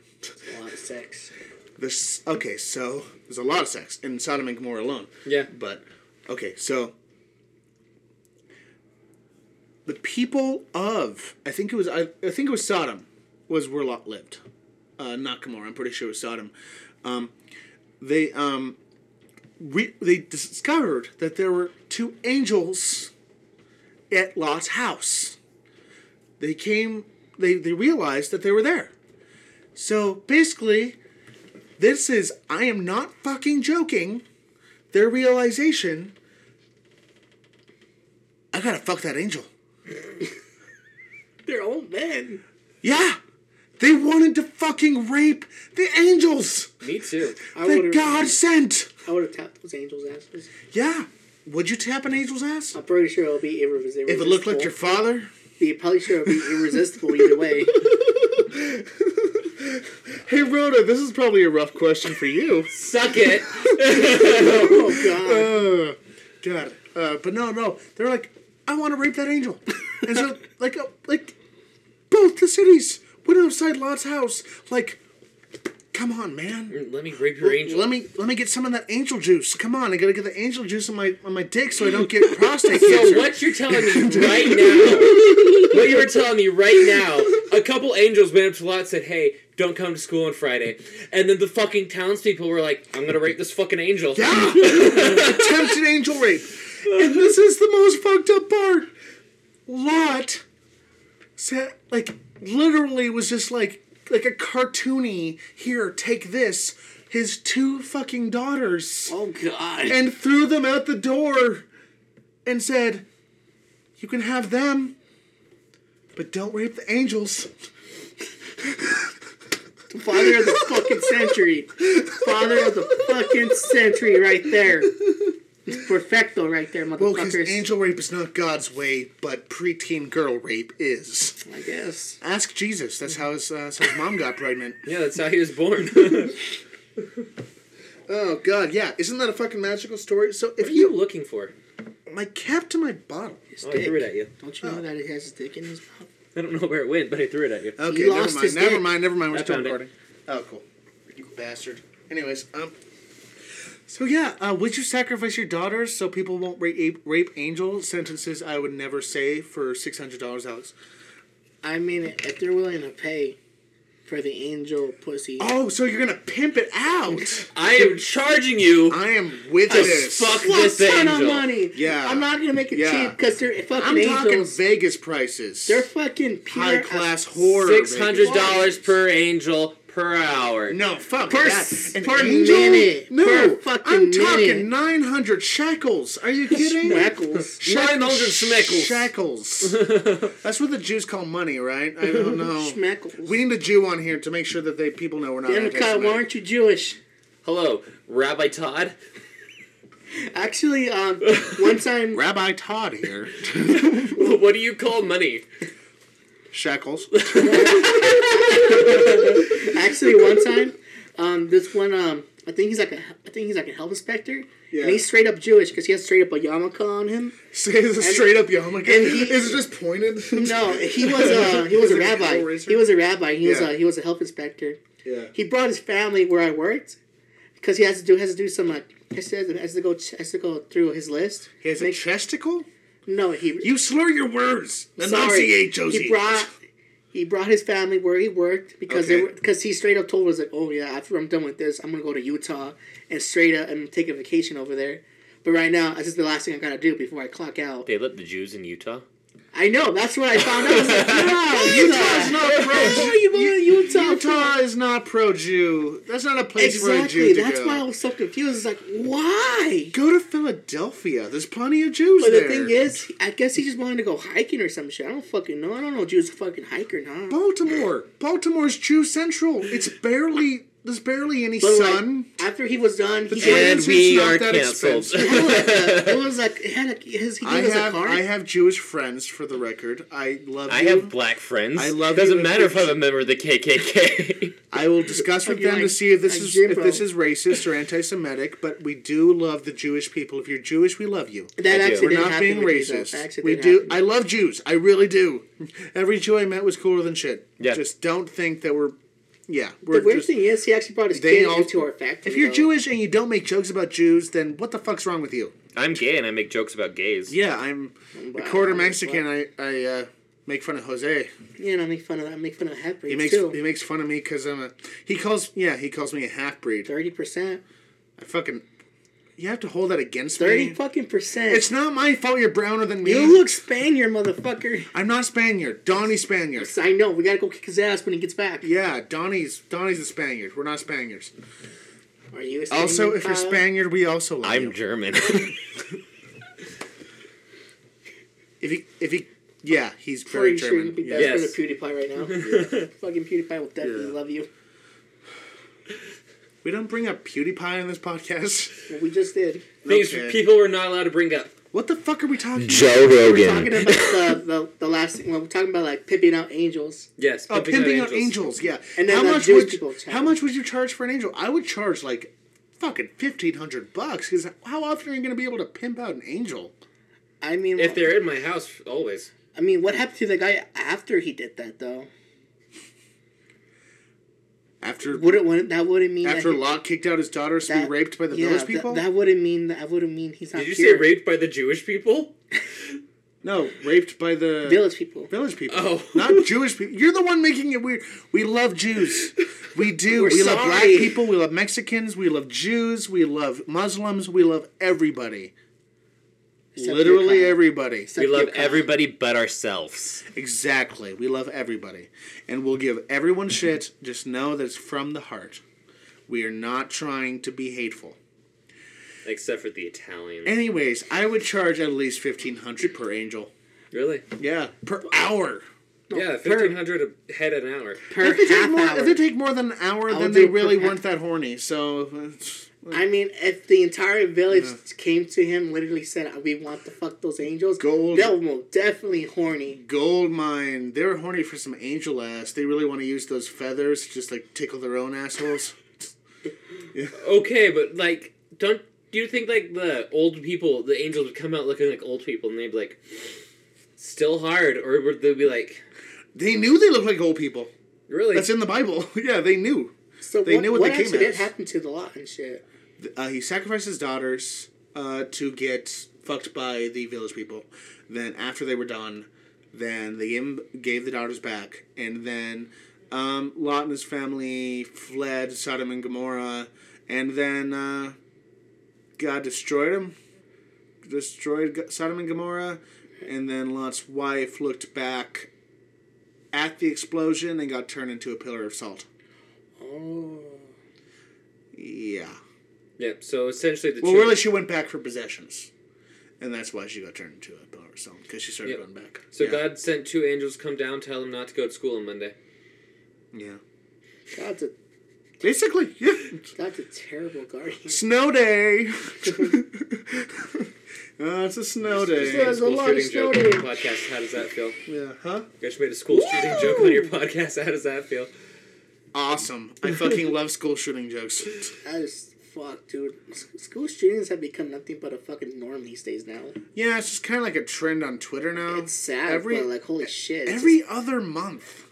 C: A lot of sex.
A: this okay so there's a lot of sex in sodom and gomorrah alone
B: Yeah.
A: but okay so the people of i think it was i, I think it was sodom was where lot lived uh, not gomorrah i'm pretty sure it was sodom um, they um re- they discovered that there were two angels at lot's house they came they they realized that they were there so basically this is i am not fucking joking their realization I gotta fuck that angel.
C: They're old men.
A: Yeah! They wanted to fucking rape the angels
B: Me too.
C: I
A: that
C: would
A: God
C: have.
A: sent!
C: I would have tapped those angels' asses.
A: Yeah. Would you tap an angel's ass?
C: I'm pretty sure it'll be irres- irresistible.
A: If it looked like your father?
C: be probably sure it'll be irresistible either
A: Oh,
C: way.
A: Hey, Rhoda, this is probably a rough question for you.
B: Suck it.
C: oh god.
A: Uh, God. Uh, but no, no, they're like, I want to rape that angel, and so like, uh, like, both the cities went outside Lot's house. Like, come on, man.
B: Let me rape your angel.
A: Let me let me get some of that angel juice. Come on, I gotta get the angel juice on my on my dick so I don't get prostate
B: So
A: cancer.
B: what you're telling me right now, what you were telling me right now, a couple angels went up to Lot and said, "Hey, don't come to school on Friday," and then the fucking townspeople were like, "I'm gonna rape this fucking angel."
A: Yeah, attempted angel rape, and this is the most fucked up part. Lot said, like, literally was just like, like a cartoony. Here, take this. His two fucking daughters,
C: Oh God.
A: and threw them out the door, and said, "You can have them, but don't rape the angels."
C: Father of the fucking century. Father of the fucking century right there. It's perfecto right there,
A: Well, because
C: motherfuckers.
A: angel rape is not God's way, but preteen girl rape is.
C: I guess.
A: Ask Jesus. That's how his, uh, that's how his mom got pregnant.
B: Yeah, that's how he was born.
A: Oh God, yeah. Isn't that a fucking magical story? So if
B: What are you
A: you
B: looking for?
A: my cap to my bottle.
C: His
B: Oh, I threw it
C: dick.
B: at you.
C: Don't you know that he has his dick in his mouth?
B: I don't know where it went, but I threw it at you.
A: Okay,
C: He
A: never
C: lost
A: mind.
C: his
A: Never
C: dick.
A: mind. Never mind. We're
B: I
A: still
B: found it.
A: recording. Oh, cool. You bastard. Anyways, um. So yeah, uh, would you sacrifice your daughters so people won't rape rape angel? Sentences I would never say for six hundred dollars, Alex.
C: I mean, if they're willing to pay for the angel pussy,
A: Oh, so you're gonna pimp it out?
D: I am charging you.
A: I am with this.
D: fuck
C: what
D: this
C: ton of
D: angel.
C: money?
A: Yeah.
C: I'm not gonna make it cheap
A: Yeah.
C: cheap because they're fucking
A: I'm talking
C: angels.
A: Vegas prices.
C: They're fucking pure
A: high class horror.
D: Six hundred
A: Vegas.
D: dollars per angel per hour.
A: No, fuck
C: Per
A: that.
C: s-
A: An
C: per
A: angel?
C: minute.
A: No,
C: Per fucking
A: I'm talking
C: minute.
A: 900 shekels. Are you kidding?
C: Schmeckles.
A: Shek-
D: 900 schmeckels.
A: Shekels. That's what the Jews call money, right? I don't know.
C: Schmeckles.
A: We need a Jew on here to make sure that they people know we're not.
C: Then, God, why
A: anti-Semitic.
C: aren't you Jewish?
D: Hello, Rabbi Todd.
C: Actually, um, one time,
A: Rabbi Todd here.
D: What do you call money?
A: Shekels.
C: actually one time, um, this one, um, I think he's like a, I think he's like a health inspector,
A: Yeah.
C: and he's straight up Jewish because he has straight up a yarmulke on him.
A: See, it's a straight up yarmulke.
C: and he-
A: Is it just pointed?
C: No, he was a he was a
A: He's like a
C: rabbi.
A: hellraiser?
C: He was a rabbi. He was
A: Yeah.
C: a he was a health inspector.
A: Yeah.
C: He brought his family where I worked because he has to do has to do some like has to, has to go has to go through his list.
A: He has a
C: Make-
A: chesticle?
C: No, he
A: You slur your words.
C: Sorry.
A: Enunciate, Josie.
C: He brought he brought his family where he worked because
A: Okay.
C: they were because he straight up told us like, oh yeah, after I'm done with this, I'm gonna go to Utah and straight up and take a vacation over there. But right now, that's just the last thing I gotta do before I clock out.
D: They let the Jews in Utah.
C: I know that's what I found out. I was like, yeah, Utah.
A: Utah.
C: Oh, you going to Utah?
A: Utah is not pro Jew. That's not a place for a
C: Exactly.
A: Jew to
C: That's
A: go.
C: why I was so confused. It's like, why?
A: Go to Philadelphia. There's plenty of Jews
C: But
A: there.
C: the thing is, I guess he just wanted to go hiking or some shit. I don't fucking know. I don't know if Jews fucking hike or not.
A: Baltimore. Baltimore's Jew central. It's barely there's barely any
C: But, like,
A: sun.
C: after he was done, he
A: Yeah.
D: And
A: It's
D: we
A: not
D: are
A: that
D: canceled.
A: expensive.
C: It was like a- it was like it had a, his, he
A: I
C: gave us a
A: have
C: card.
A: I have Jewish friends for the record. I love
D: I
A: you.
D: have black friends.
A: I love you
D: Doesn't
A: and
D: matter if
A: Christian.
D: I'm a member of the KKK.
A: I will discuss with
C: Like, you're
A: them to
C: like-
A: see if this
C: like
A: is
C: Jim
A: if this
C: Bro.
A: is racist or anti-Semitic. But we do love the Jewish people. If you're Jewish, we love you.
C: that
D: do.
C: actually
D: We're
A: We're
C: didn't
A: not
C: happen
A: being
C: with Jesus. That
A: racist.
C: actually
A: We
C: didn't
A: do.
C: happen.
A: I love Jews. I really do. Every Jew I met was cooler than shit.
D: Yeah.
A: Just don't think that we're. Yeah, we're
C: The weird
A: just.
C: thing is, he actually brought his
A: They
C: kids
A: all-
C: into our factory.
A: If you're
C: though.
A: Jewish and you don't make jokes about Jews, then what the fuck's wrong with you?
D: I'm gay and I make jokes about gays.
A: Yeah, I'm a
C: Wow.
A: quarter Mexican. I I uh, make fun of Jose.
C: you know, I make fun of I make fun of half
A: He
C: breeds
A: makes he
C: too.
A: makes fun of me because I'm a. He calls yeah he calls me a half breed.
C: Thirty percent,
A: I fucking. You have to hold that against
C: thirty
A: me.
C: fucking percent.
A: It's not my fault you're browner than me.
C: you look Spaniard, motherfucker.
A: I'm not Spaniard. Donnie's Spaniard.
C: I know. We gotta go kick his ass when he gets back.
A: Yeah, Donnie's Donnie's a Spaniard. We're not Spaniards.
C: Are you a
A: Also, if you're
C: Spaniard?
A: Spaniard, we also love
D: I'm
A: you.
D: German.
A: If you if you yeah, he's very
C: Pretty sure
A: German.
C: you'd be
A: Yeah.
C: best
D: Yes.
C: friend of PewDiePie right now. Fucking PewDiePie will definitely
A: Yeah.
C: love you.
A: We don't bring up PewDiePie on this podcast.
C: Well, we just did.
B: Things
A: Okay.
B: people were not allowed to bring up.
A: What the fuck are we talking?
D: Joe
C: We're talking about the, the, the last thing. Well, we're talking about like pimping out angels.
B: Yes,
A: Oh, pimping out angels. yeah.
C: And then
A: how
C: the
A: much
C: Jewish
A: would
C: people
A: how
C: charge.
A: much would you charge for an angel? I would charge like fucking fifteen hundred bucks because how often are you going to be able to pimp out an angel?
C: I mean,
B: If they're in my house, always.
C: I mean, what happened to the guy after he did that though?
A: After
C: Wouldn't wouldn't- that wouldn't mean
A: after
C: that he-
A: Locke kicked out his daughter to be
C: that-
A: raped by the
C: yeah,
A: village
C: that-
A: people?
C: That, wouldn't mean that wouldn't mean he's not.
B: Did you say
C: cured.
B: raped by the Jewish people?
A: no, raped by the
C: Village people.
A: village people.
B: Oh.
A: Not Jewish people. You're the one making it weird. We love Jews. We do.
C: We're
A: we love black
C: sorry.
A: people. We love Mexicans. We love Jews. We love Muslims. We love everybody.
C: Except
A: Literally
C: your kind.
A: everybody.
C: Except
D: We love
C: your kind.
D: everybody but ourselves.
A: Exactly. We love everybody. And we'll give everyone shit. Just know that it's from the heart. We are not trying to be hateful.
B: Except for the Italian.
A: Anyways, I would charge at least fifteen hundred per angel.
B: Really?
A: Yeah. Per hour.
B: yeah, 1500 a head an hour.
C: Per
A: if, they take
C: half
A: more,
C: hour.
A: if they take more than an hour,
C: I'll
A: then
C: do
A: they
C: per
A: really
C: half-
A: weren't that horny. So, uh, it's-
C: I mean, if the entire village came to him, literally said, "Uh, "We want to fuck those angels,"
A: Gold.
C: they'll most definitely horny.
A: gold mine. They were horny for some angel ass. They really want to use those feathers to just like tickle their own assholes.
B: Okay, but like, don't do you think like the old people, the angels would come out looking like old people, and they'd be like, "Still hard," or would they be like,
A: They knew they looked like old people.
B: "Really?"
A: That's in the Bible. yeah, they knew.
C: So
A: They
C: what,
A: knew what
C: what,
A: they came
C: actually did
A: as.
C: happen to the lot and shit?
A: Uh, he sacrificed his daughters uh, to get fucked by the village people. Then after they were done, then they gave, him, gave the daughters back, and then um, Lot and his family fled Sodom and Gomorrah, and then uh, God destroyed him, destroyed G- Sodom and Gomorrah, and then Lot's wife looked back at the explosion and got turned into a pillar of salt.
C: Oh,
A: Yeah.
B: Yep. So essentially, the
A: Well,
B: children-
A: really, she went back for possessions, and that's why she got turned into a pillar of stone because she started
B: Yep.
A: going back.
B: so
A: yeah.
B: God sent two angels come down, tell them not to go to school on Monday.
A: Yeah.
C: God's a
A: Basically, yeah.
C: God's a terrible guardian.
A: Snow day. oh, it's a snow
C: Yeah,
A: day.
C: there's a lot of snow
B: joke on your
C: day.
B: podcast. How does that feel?
A: Yeah. Huh?
B: You guys made a school shooting joke on your podcast. How does that feel?
A: Awesome. I fucking love school shooting jokes.
C: That is fuck, dude. S- School shootings have become nothing but a fucking norm these days now.
A: Yeah, it's just kind of like a trend on Twitter now.
C: It's sad,
A: Every
C: but like, holy shit. it's
A: every other month,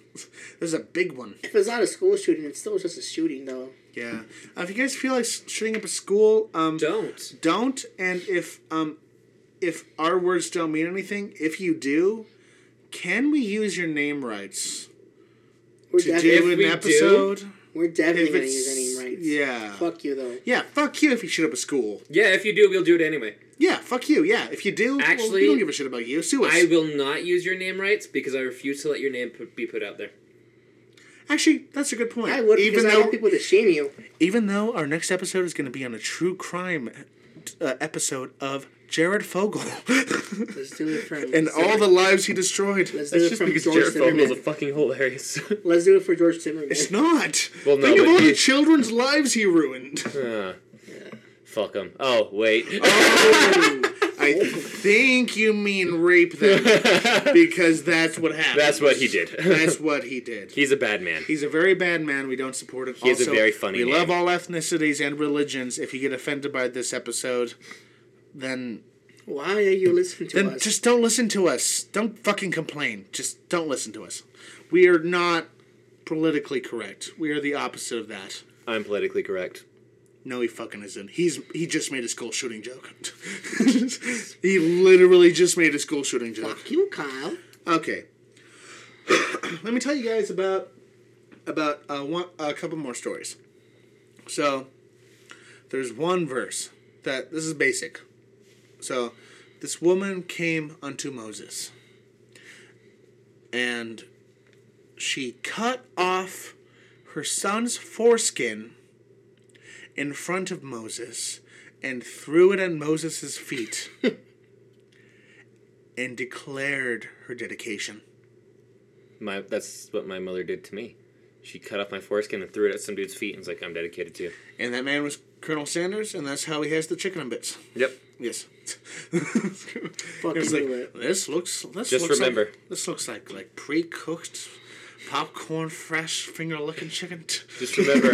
A: there's a big one.
C: If it's not a school shooting, it's still just a shooting, though.
A: Yeah. Uh, if you guys feel like shooting up a school, um,
B: Don't.
A: don't and if um if our words don't mean anything if you do can we use your name rights
C: We're
A: to
C: definitely,
A: do
B: If
A: an
B: we do,
A: episode
C: we're definitely
A: if
C: gonna
A: it's-
C: use any rights.
A: yeah.
C: Fuck you, though.
A: yeah fuck you if you shoot up a school
B: Yeah, if you do, we'll do it anyway.
A: yeah fuck you yeah if you do well,
B: Actually,
A: we don't give a shit about you sue us
B: I will not use your name rights because I refuse to let your name put, be put out there.
A: actually that's a good point
C: I would because
A: even
C: I
A: though
C: want people to shame you.
A: even though our next episode is going to be on a true crime uh, episode of Jared Fogle
C: Let's do it from.
A: and all the lives he destroyed
C: Let's do
D: That's
C: it
D: just
C: from
D: because
C: George
D: Jared Fogel's a
C: Zimmerman.
D: fucking hilarious.
C: Let's do it for George Zimmerman.
A: it's not
D: Well, no,
A: think of
D: but
A: all the
D: he's-
A: children's lives he ruined
D: Uh, fuck him. Oh wait.
A: I think you mean rape them because that's what happened.
D: That's what he did.
A: That's what he did.
D: He's a bad man.
A: He's a very bad man. We don't support it. He
D: has a very funny
A: We
D: name.
A: love all ethnicities and religions. If you get offended by this episode, then
C: Why are you listening to
A: then
C: us?
A: just don't listen to us. Don't fucking complain. Just don't listen to us. We are not politically correct. We are the opposite of that.
D: I'm politically correct.
A: No, he fucking isn't. He's he just made a school shooting joke. he literally just made a school shooting joke.
C: Fuck you, Kyle.
A: Okay. Let me tell you guys about about uh, one, a couple more stories. So there's one verse that this is basic. So this woman came unto Moses and she cut off her son's foreskin in front of Moses and threw it at Moses' feet and declared her dedication.
D: My that's what my mother did to me. She cut off my foreskin and threw it at some dude's feet and was like, "I'm dedicated to you."
A: And that man was Colonel Sanders, and that's how he has the chicken and bits.
D: Yep.
A: Yes. Fucking
C: Fucking do it.
A: This looks. This
D: Just
A: looks
D: remember.
A: Like, this looks like like pre-cooked, popcorn, fresh finger licking chicken.
D: Just remember,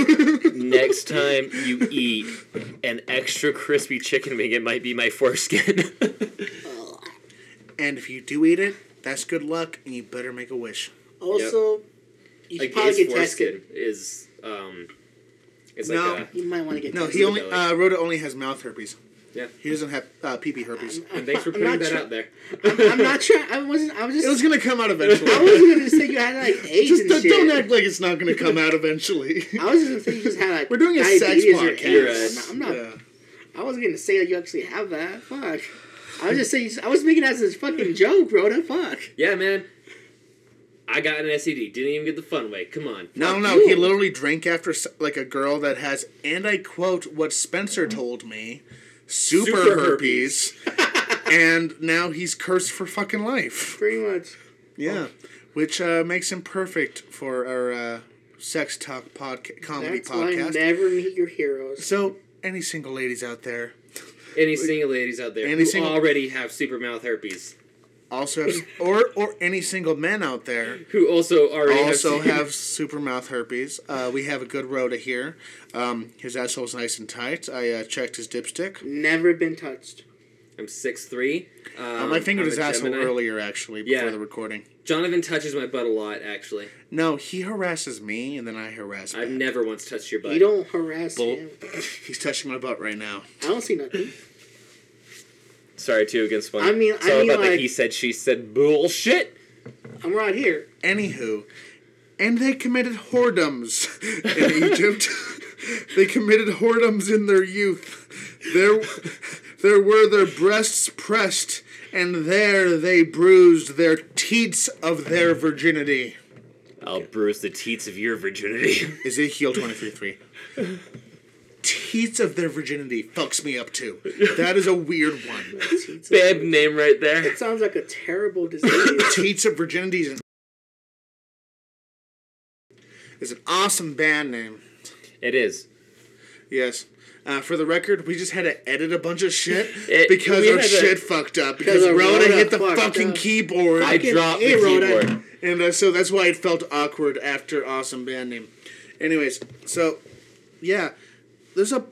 D: next time you eat an extra crispy chicken wing, it might be my foreskin.
C: Ugh.
A: and if you do eat it, that's good luck, and you better make a wish.
C: Also, you should
B: Like
C: probably
B: his
C: get tested.
B: foreskin is um, it's
A: No.
B: like a,
C: You might want to get
A: No,
C: tested.
A: he
B: the
A: only
B: belly.
A: uh, Rhoda only has mouth herpes.
B: yeah.
A: He doesn't have uh, pee pee herpes.
B: And thanks for
C: I'm
B: putting
C: not
B: that
C: sure-
B: out there.
C: I'm, I'm not sure. I wasn't. I was just.
A: It was gonna come out eventually.
C: I was gonna say you had like AIDS
A: Just
C: and
A: don't,
C: shit.
A: don't act like it's not gonna come out eventually.
C: I was just gonna say you just had like
A: We're doing a sex
C: diabetes or
A: podcast.
C: AIDS. I'm not.
A: Yeah.
C: I wasn't gonna say that you actually have that. Fuck. I was just saying. you just- I was making that as a fucking joke, Rhoda. Fuck.
B: Yeah, man. I got an STD. Didn't even get the fun way. Come on.
A: No, no, he literally drank after s- like a girl that has, and I quote what Spencer told me, super,
B: Super
A: herpes, and now he's cursed for fucking life.
C: Pretty much.
A: Yeah, which uh, makes him perfect for our uh, sex talk podca- comedy
C: That's why
A: podcast.
C: never meet your heroes.
A: so, any single ladies out there
B: Any single ladies out there
A: Any
B: who
A: single-
B: already have super mouth herpes,
A: also have, or or any single men out there
B: who also already
A: also
B: have,
A: have super mouth herpes. Uh, we have a good Rhoda here. Um, his asshole's nice and tight. I uh, checked his dipstick.
C: Never been touched.
B: I'm six three. Um,
A: Uh, my finger
B: I'm
A: was
B: a
A: asshole
B: Gemini.
A: earlier, actually, before
B: Yeah.
A: the recording.
B: Jonathan touches my butt a lot. Actually,
A: No, he harasses me, and then I harass
B: I've
A: him.
B: never once touched your butt.
C: You don't harass
B: Bull-
C: him.
A: He's touching my butt right now.
C: I don't see nothing.
B: Sorry, too against one.
C: I mean-
B: it's
C: I
B: all
C: mean,
B: about the
C: like-
B: he said, she said bullshit.
C: I'm right here.
A: Anywho, and they committed whoredoms in Egypt. they committed whoredoms in their youth. There, there were their breasts pressed, and there they bruised their teats of their virginity.
B: I'll bruise Oh, the teats of your virginity.
A: Ezekiel 23.3. Teats of their virginity fucks me up too. That is a weird one.
C: Teats.
B: Bad name right there.
C: Sounds like a terrible disease.
A: Teats of Virginity is an, is an awesome band name.
B: It is.
A: Yes. Uh, for the record, we just had to edit a bunch of shit
B: It-
A: because
B: we
A: our
B: had to-
A: shit fucked up. Because
C: of
A: Rhoda,
C: Rhoda
A: hit the
C: fucked
A: fucking
C: up.
A: keyboard.
B: I dropped the
C: it, Rhoda.
B: keyboard.
A: and uh, so that's why it felt awkward after awesome band name. Anyways, so yeah, there's a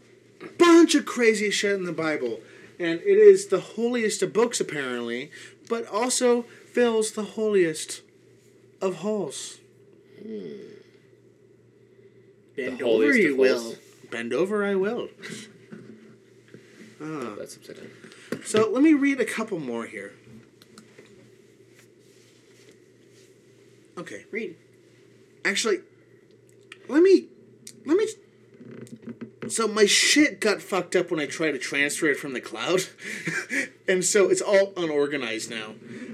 A: bunch of crazy shit in the Bible, and it is the holiest of books apparently, but also fills the holiest of holes.
C: Bend
B: The
C: over,
B: holiest
C: you
B: of
C: will.
B: holes.
A: Bend over, I will. Oh.
B: That's upside down.
A: So let me read a couple more here. Okay.
C: Read.
A: Actually, let me, let me. So my shit got fucked up when I tried to transfer it from the cloud, and so it's all unorganized now.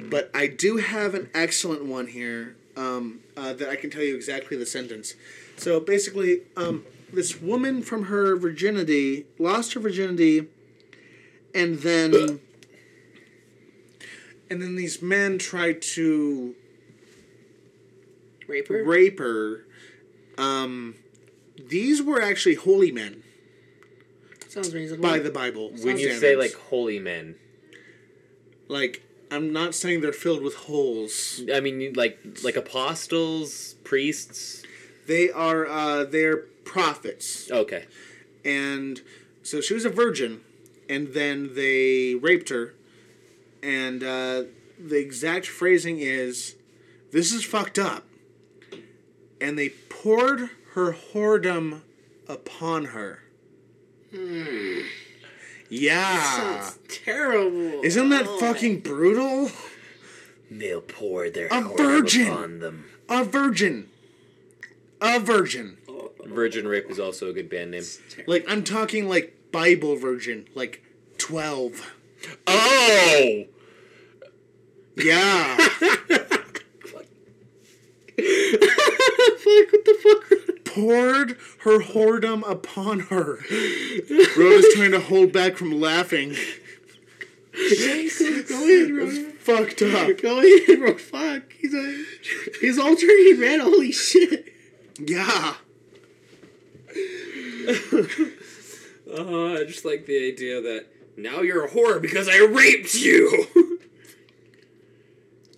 A: But I do have an excellent one here um, uh, that I can tell you exactly the sentence. So basically, um, this woman from her virginity lost her virginity, and then, and then these men tried to
C: Raper.
A: raper. Um, these were actually holy men
C: Sounds reasonable.
A: by the Bible.
B: When you
A: standards.
B: say like holy men,
A: like, I'm not saying they're filled with holes.
B: I mean you- like like apostles, priests.
A: They are uh, they're prophets,
B: Okay.
A: and so she was a virgin, and then they raped her, and uh, the exact phrasing is, "This is fucked up," and they poured her whoredom upon her. Yeah.
C: Sounds terrible.
A: Isn't that
C: Oh.
A: fucking brutal?
B: They'll pour their
A: A whoredom virgin! upon
B: them.
A: A virgin. A virgin.
B: Virgin Rape is also a good band name.
A: Like, I'm talking like Bible virgin, like 12.
B: Oh,
A: Yeah.
C: Fuck, what the fuck?
A: Poured her whoredom upon her. Rhoda's trying to hold back from laughing.
C: Go ahead, bro.
A: Fucked up.
C: Go ahead, oh, bro. Fuck. He's a, he's all turning red. Holy shit.
A: Yeah.
B: uh, I just like the idea that now you're a whore because I raped you.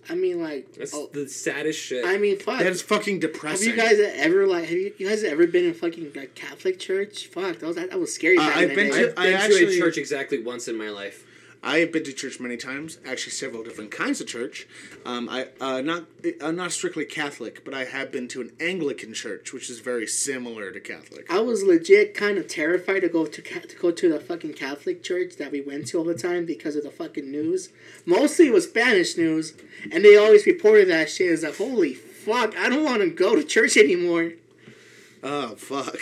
C: I mean, like,
B: That's
C: oh,
B: the saddest shit.
C: I mean, fuck.
A: That is fucking
C: have
A: depressing.
C: you guys ever like? Have you, you guys ever been in fucking like Catholic church? Fuck, that was that was scary.
A: Uh,
C: back in
A: I've
C: the
A: been
C: day.
A: to-
B: I've been
A: I
B: to
A: actually-
B: a church exactly once in my life.
A: I have been to church many times, actually several different kinds of church. Um, I uh, not uh, not strictly Catholic, but I have been to an Anglican church, which is very similar to Catholic.
C: I was legit kind of terrified to go to, ca- to go to the fucking Catholic church that we went to all the time because of the fucking news. Mostly it was Spanish news, and they always reported that shit. It's like, holy fuck, I don't want to go to church anymore.
A: Oh fuck!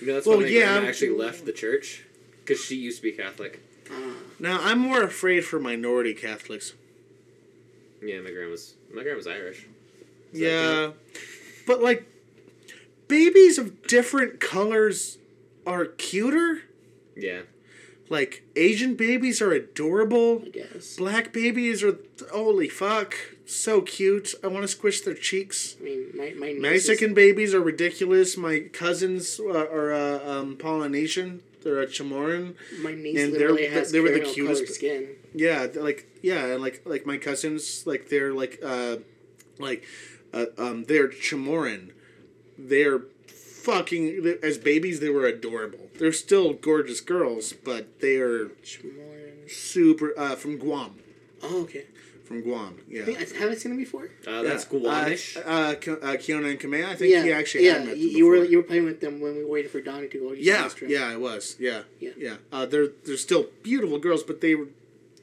B: You know, that's
A: Well,
B: why my
A: yeah,
B: grandma
A: I'm-
B: actually left the church because she used to be Catholic.
A: Now I'm more afraid for minority Catholics.
B: Yeah, my grandma's my grandma's Irish. Does that
A: Yeah,
B: count?
A: but like babies of different colors are cuter.
B: Yeah.
A: Like Asian babies are adorable.
C: I guess.
A: Black babies are holy fuck, so cute. I want to squish their cheeks.
C: I mean, my my niece is-
A: Mexican babies are ridiculous. My cousins uh, are uh, um, Polynesian. They're a Chamoran.
C: my niece
A: and they're-
C: literally has
A: they were the
C: caramel colored
A: cutest-
C: skin.
A: Yeah, they're like yeah, and like like my cousins, like they're like uh, like uh, um, they're Chamoran. They're fucking as babies. They were adorable. They're still gorgeous girls, but they are
C: Chamorro.
A: super uh, from Guam.
C: Oh, okay.
A: From Guam, yeah.
C: I think- I haven't seen him before.
B: Uh, that's
A: Yeah.
B: Guamish.
A: Uh, uh, Ke- uh, Keona and Kamea. I think he actually
C: yeah.
A: had met
C: you,
A: them
C: you were
A: before.
C: you were playing with them when we were waiting for Donnie to go. to
A: Yeah,
C: Eastern.
A: yeah, I was. Yeah,
C: Yeah.
A: yeah. Uh, they're they're still beautiful girls, but they were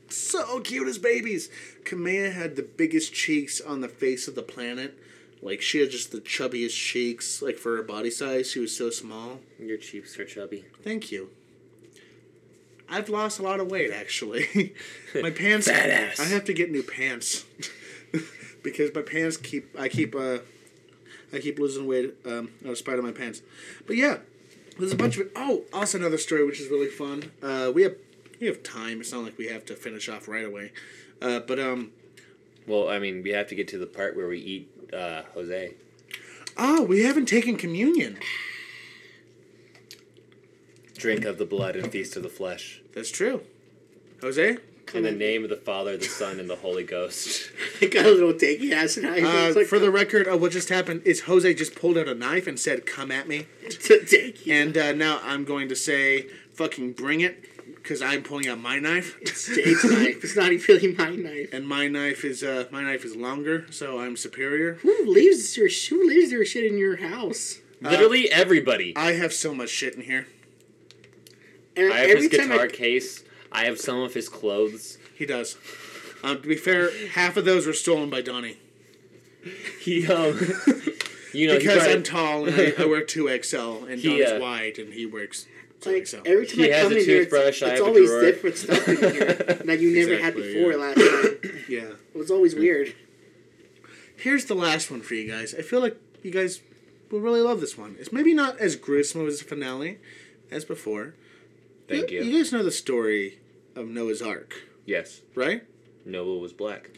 A: so cute as babies. Kamea had the biggest cheeks on the face of the planet. Like she had just the chubbiest cheeks, like for her body size. She was so small.
B: Your cheeks are chubby.
A: Thank you. I've lost a lot of weight actually. my pants.
B: Badass.
A: I have to get new pants because my pants keep. I keep. Uh, I keep losing weight um, out of spite of my pants. But yeah, there's a bunch of it. Oh, also another story which is really fun. Uh, we have we have time. It's not like we have to finish off right away. Uh, but um,
D: Well, I mean, we have to get to the part where we eat uh, Jose.
A: oh, we haven't taken communion.
D: Drink of the blood and feast of the flesh.
A: That's true. Jose.
D: In the name of the Father, the Son, and the Holy Ghost.
C: I got a little takey ass and I
A: Uh,
C: was like,
A: for the record, uh, what just happened is Jose just pulled out a knife and said, "Come at me."
C: takey.
A: And uh, now I'm going to say, fucking bring it, because I'm pulling out my knife.
C: It's Jake's knife. It's not even really my knife.
A: And my knife is uh, my knife is longer, so I'm superior.
C: Who leaves your who leaves their shit in your house?
A: Uh,
D: Literally everybody.
A: I have so much shit in here.
C: And
D: I have
C: every
D: his
C: time
D: guitar
C: I,
D: case. I have some of his clothes.
A: He does. Um, to be fair, half of those were stolen by Donnie
D: He, um, you know,
A: because
D: he,
A: I'm
D: brought,
A: tall and I, I wear two XL, and
D: He,
A: Donnie's
D: uh,
A: wide and he works two
C: like,
A: XL.
C: every time
D: He
C: I
D: has
C: come
D: a
C: in here, it's,
D: toothbrush, I have
C: it's
D: a
C: always
D: drawer.
C: different stuff in here that you never had
A: Exactly,
C: before
A: yeah.
C: last time.
A: yeah.
C: It was always weird.
A: Here's the last one for you guys. I feel like you guys will really love this one. It's maybe not as gruesome as the finale as before.
D: Thank you.
A: You guys know the story of Noah's Ark,
D: Yes,
A: right?
D: Noah was black.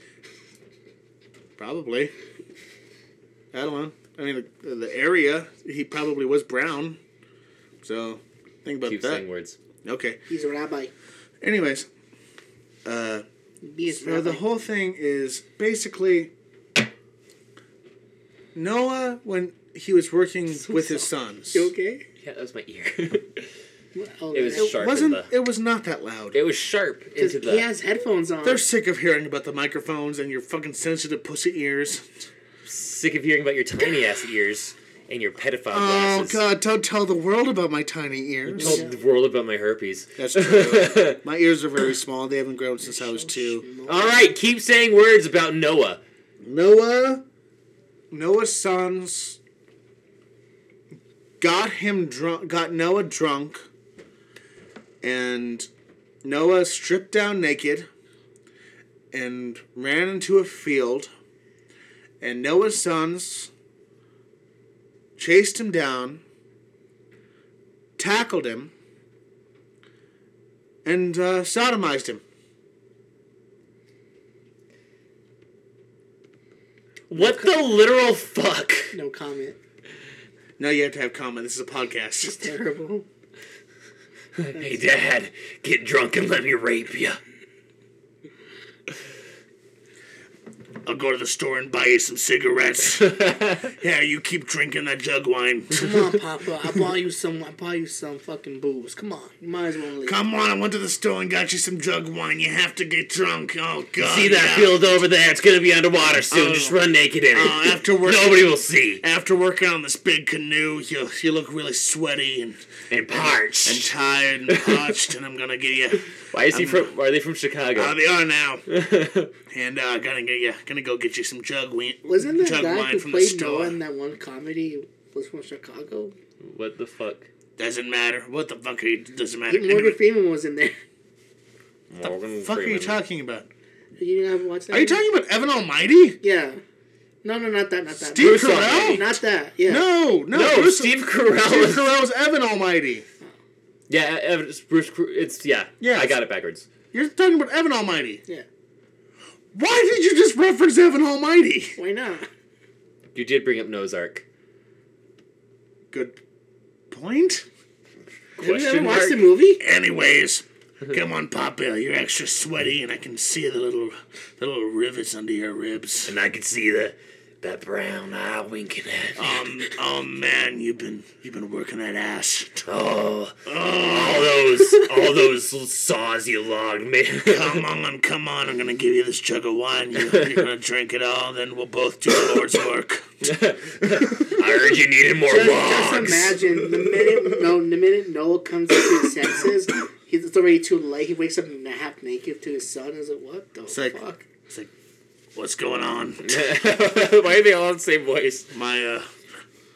A: Probably. I don't know. I mean, the, the area he probably was brown. So think about
D: Keep
A: that.
D: saying words.
A: Okay.
C: He's a rabbi.
A: Anyways, uh,
C: He is
A: so
C: rabbi.
A: the whole thing is basically Noah when he was working with his sons.
C: You okay?
D: Yeah, that was my ear.
C: Oh,
D: It was
C: yeah.
D: sharp. in
A: Wasn't
D: the-
A: it was not that loud.
D: it was sharp into
C: he
D: the.
C: has headphones on.
A: They're sick of hearing about the microphones and your fucking sensitive pussy ears.
D: Sick of hearing about your tiny ass ears and your pedophile
A: Oh
D: glasses.
A: god, don't tell the world about my tiny ears.
D: Told the world about my herpes.
A: That's true. My ears are very small. They haven't grown since I was two.
D: All right, keep saying words about Noah.
A: Noah, Noah's sons got him drunk. Got Noah drunk, and Noah stripped down naked and ran into a field. And Noah's sons chased him down, tackled him, and uh, sodomized him.
D: What the literal fuck?
C: no comment.
A: No, you have to have comment. This is a podcast.
C: It's terrible.
D: Hey, Dad, get drunk and let me rape you.
A: I'll go to the store and buy you some cigarettes. yeah, you keep drinking that jug wine.
C: Come on, Papa. I bought you some. I bought you some fucking booze. Come on, you might as well leave.
A: Come on, I went to the store and got you some jug wine. You have to get drunk. Oh god.
D: See that
A: yeah.
D: field over there? It's gonna be underwater soon. Just run naked in it.
A: Oh, after work-
D: Nobody will see.
A: After working on this big canoe, you you look really sweaty and
D: And parched.
A: and tired and parched, and I'm gonna get you.
D: Why is he from? Are they from Chicago?
A: Uh, they are now, and uh, gonna get you. Gonna go get you some jug wine.
C: Wasn't that
A: jug
C: guy
A: wine
C: who
A: from the
C: played Noah
A: store?
C: in that one comedy was from Chicago?
D: what the fuck?
A: Doesn't matter. What the fuck are you? Doesn't matter.
C: Morgan
A: Anyway,
C: Freeman was in there.
D: Morgan
A: fuck are you
D: Freeman.
A: talking about?
C: You didn't have watched that?
A: Are you talking about Evan Almighty?
C: Yeah. No, no, not that, not that.
A: Steve
D: Bruce Almighty.
A: Carell?
C: Not that. Yeah.
A: No, no,
D: No,
A: Bruce-
D: Steve Carell.
A: Steve
D: was-
A: Carell was Evan Almighty.
D: Yeah, Ev- it's Bruce. Cr- It's yeah.
A: Yeah.
D: I got it backwards.
A: You're talking about Evan Almighty.
C: Yeah.
A: Why did you just reference Evan Almighty?
C: Why not?
D: You did bring up Nozark.
A: Good point.
C: Have you ever
D: Question
C: watched the
D: mark.
C: movie?
A: Anyways, come on, Papa. You're extra sweaty, and I can see the little, the little rivets under your ribs.
D: And I could see the that brown eye winking at me.
A: Um, oh man, you've been you've been working that ass.
D: Oh, all
A: Oh,
D: those, all those little saws you logged, man.
A: come on, come on! I'm gonna give you this jug of wine. You're, you're gonna drink it all, then we'll both do the Lord's work.
D: I heard you needed more
C: Just, just
D: logs.
C: imagine the minute no, the minute Noah comes to his senses, he's it's already too late. He wakes up na- half naked to his son. Is like, what the
A: like-
C: fuck?
A: It's like, what's going on?
D: Why are they all in the same voice?
A: My uh,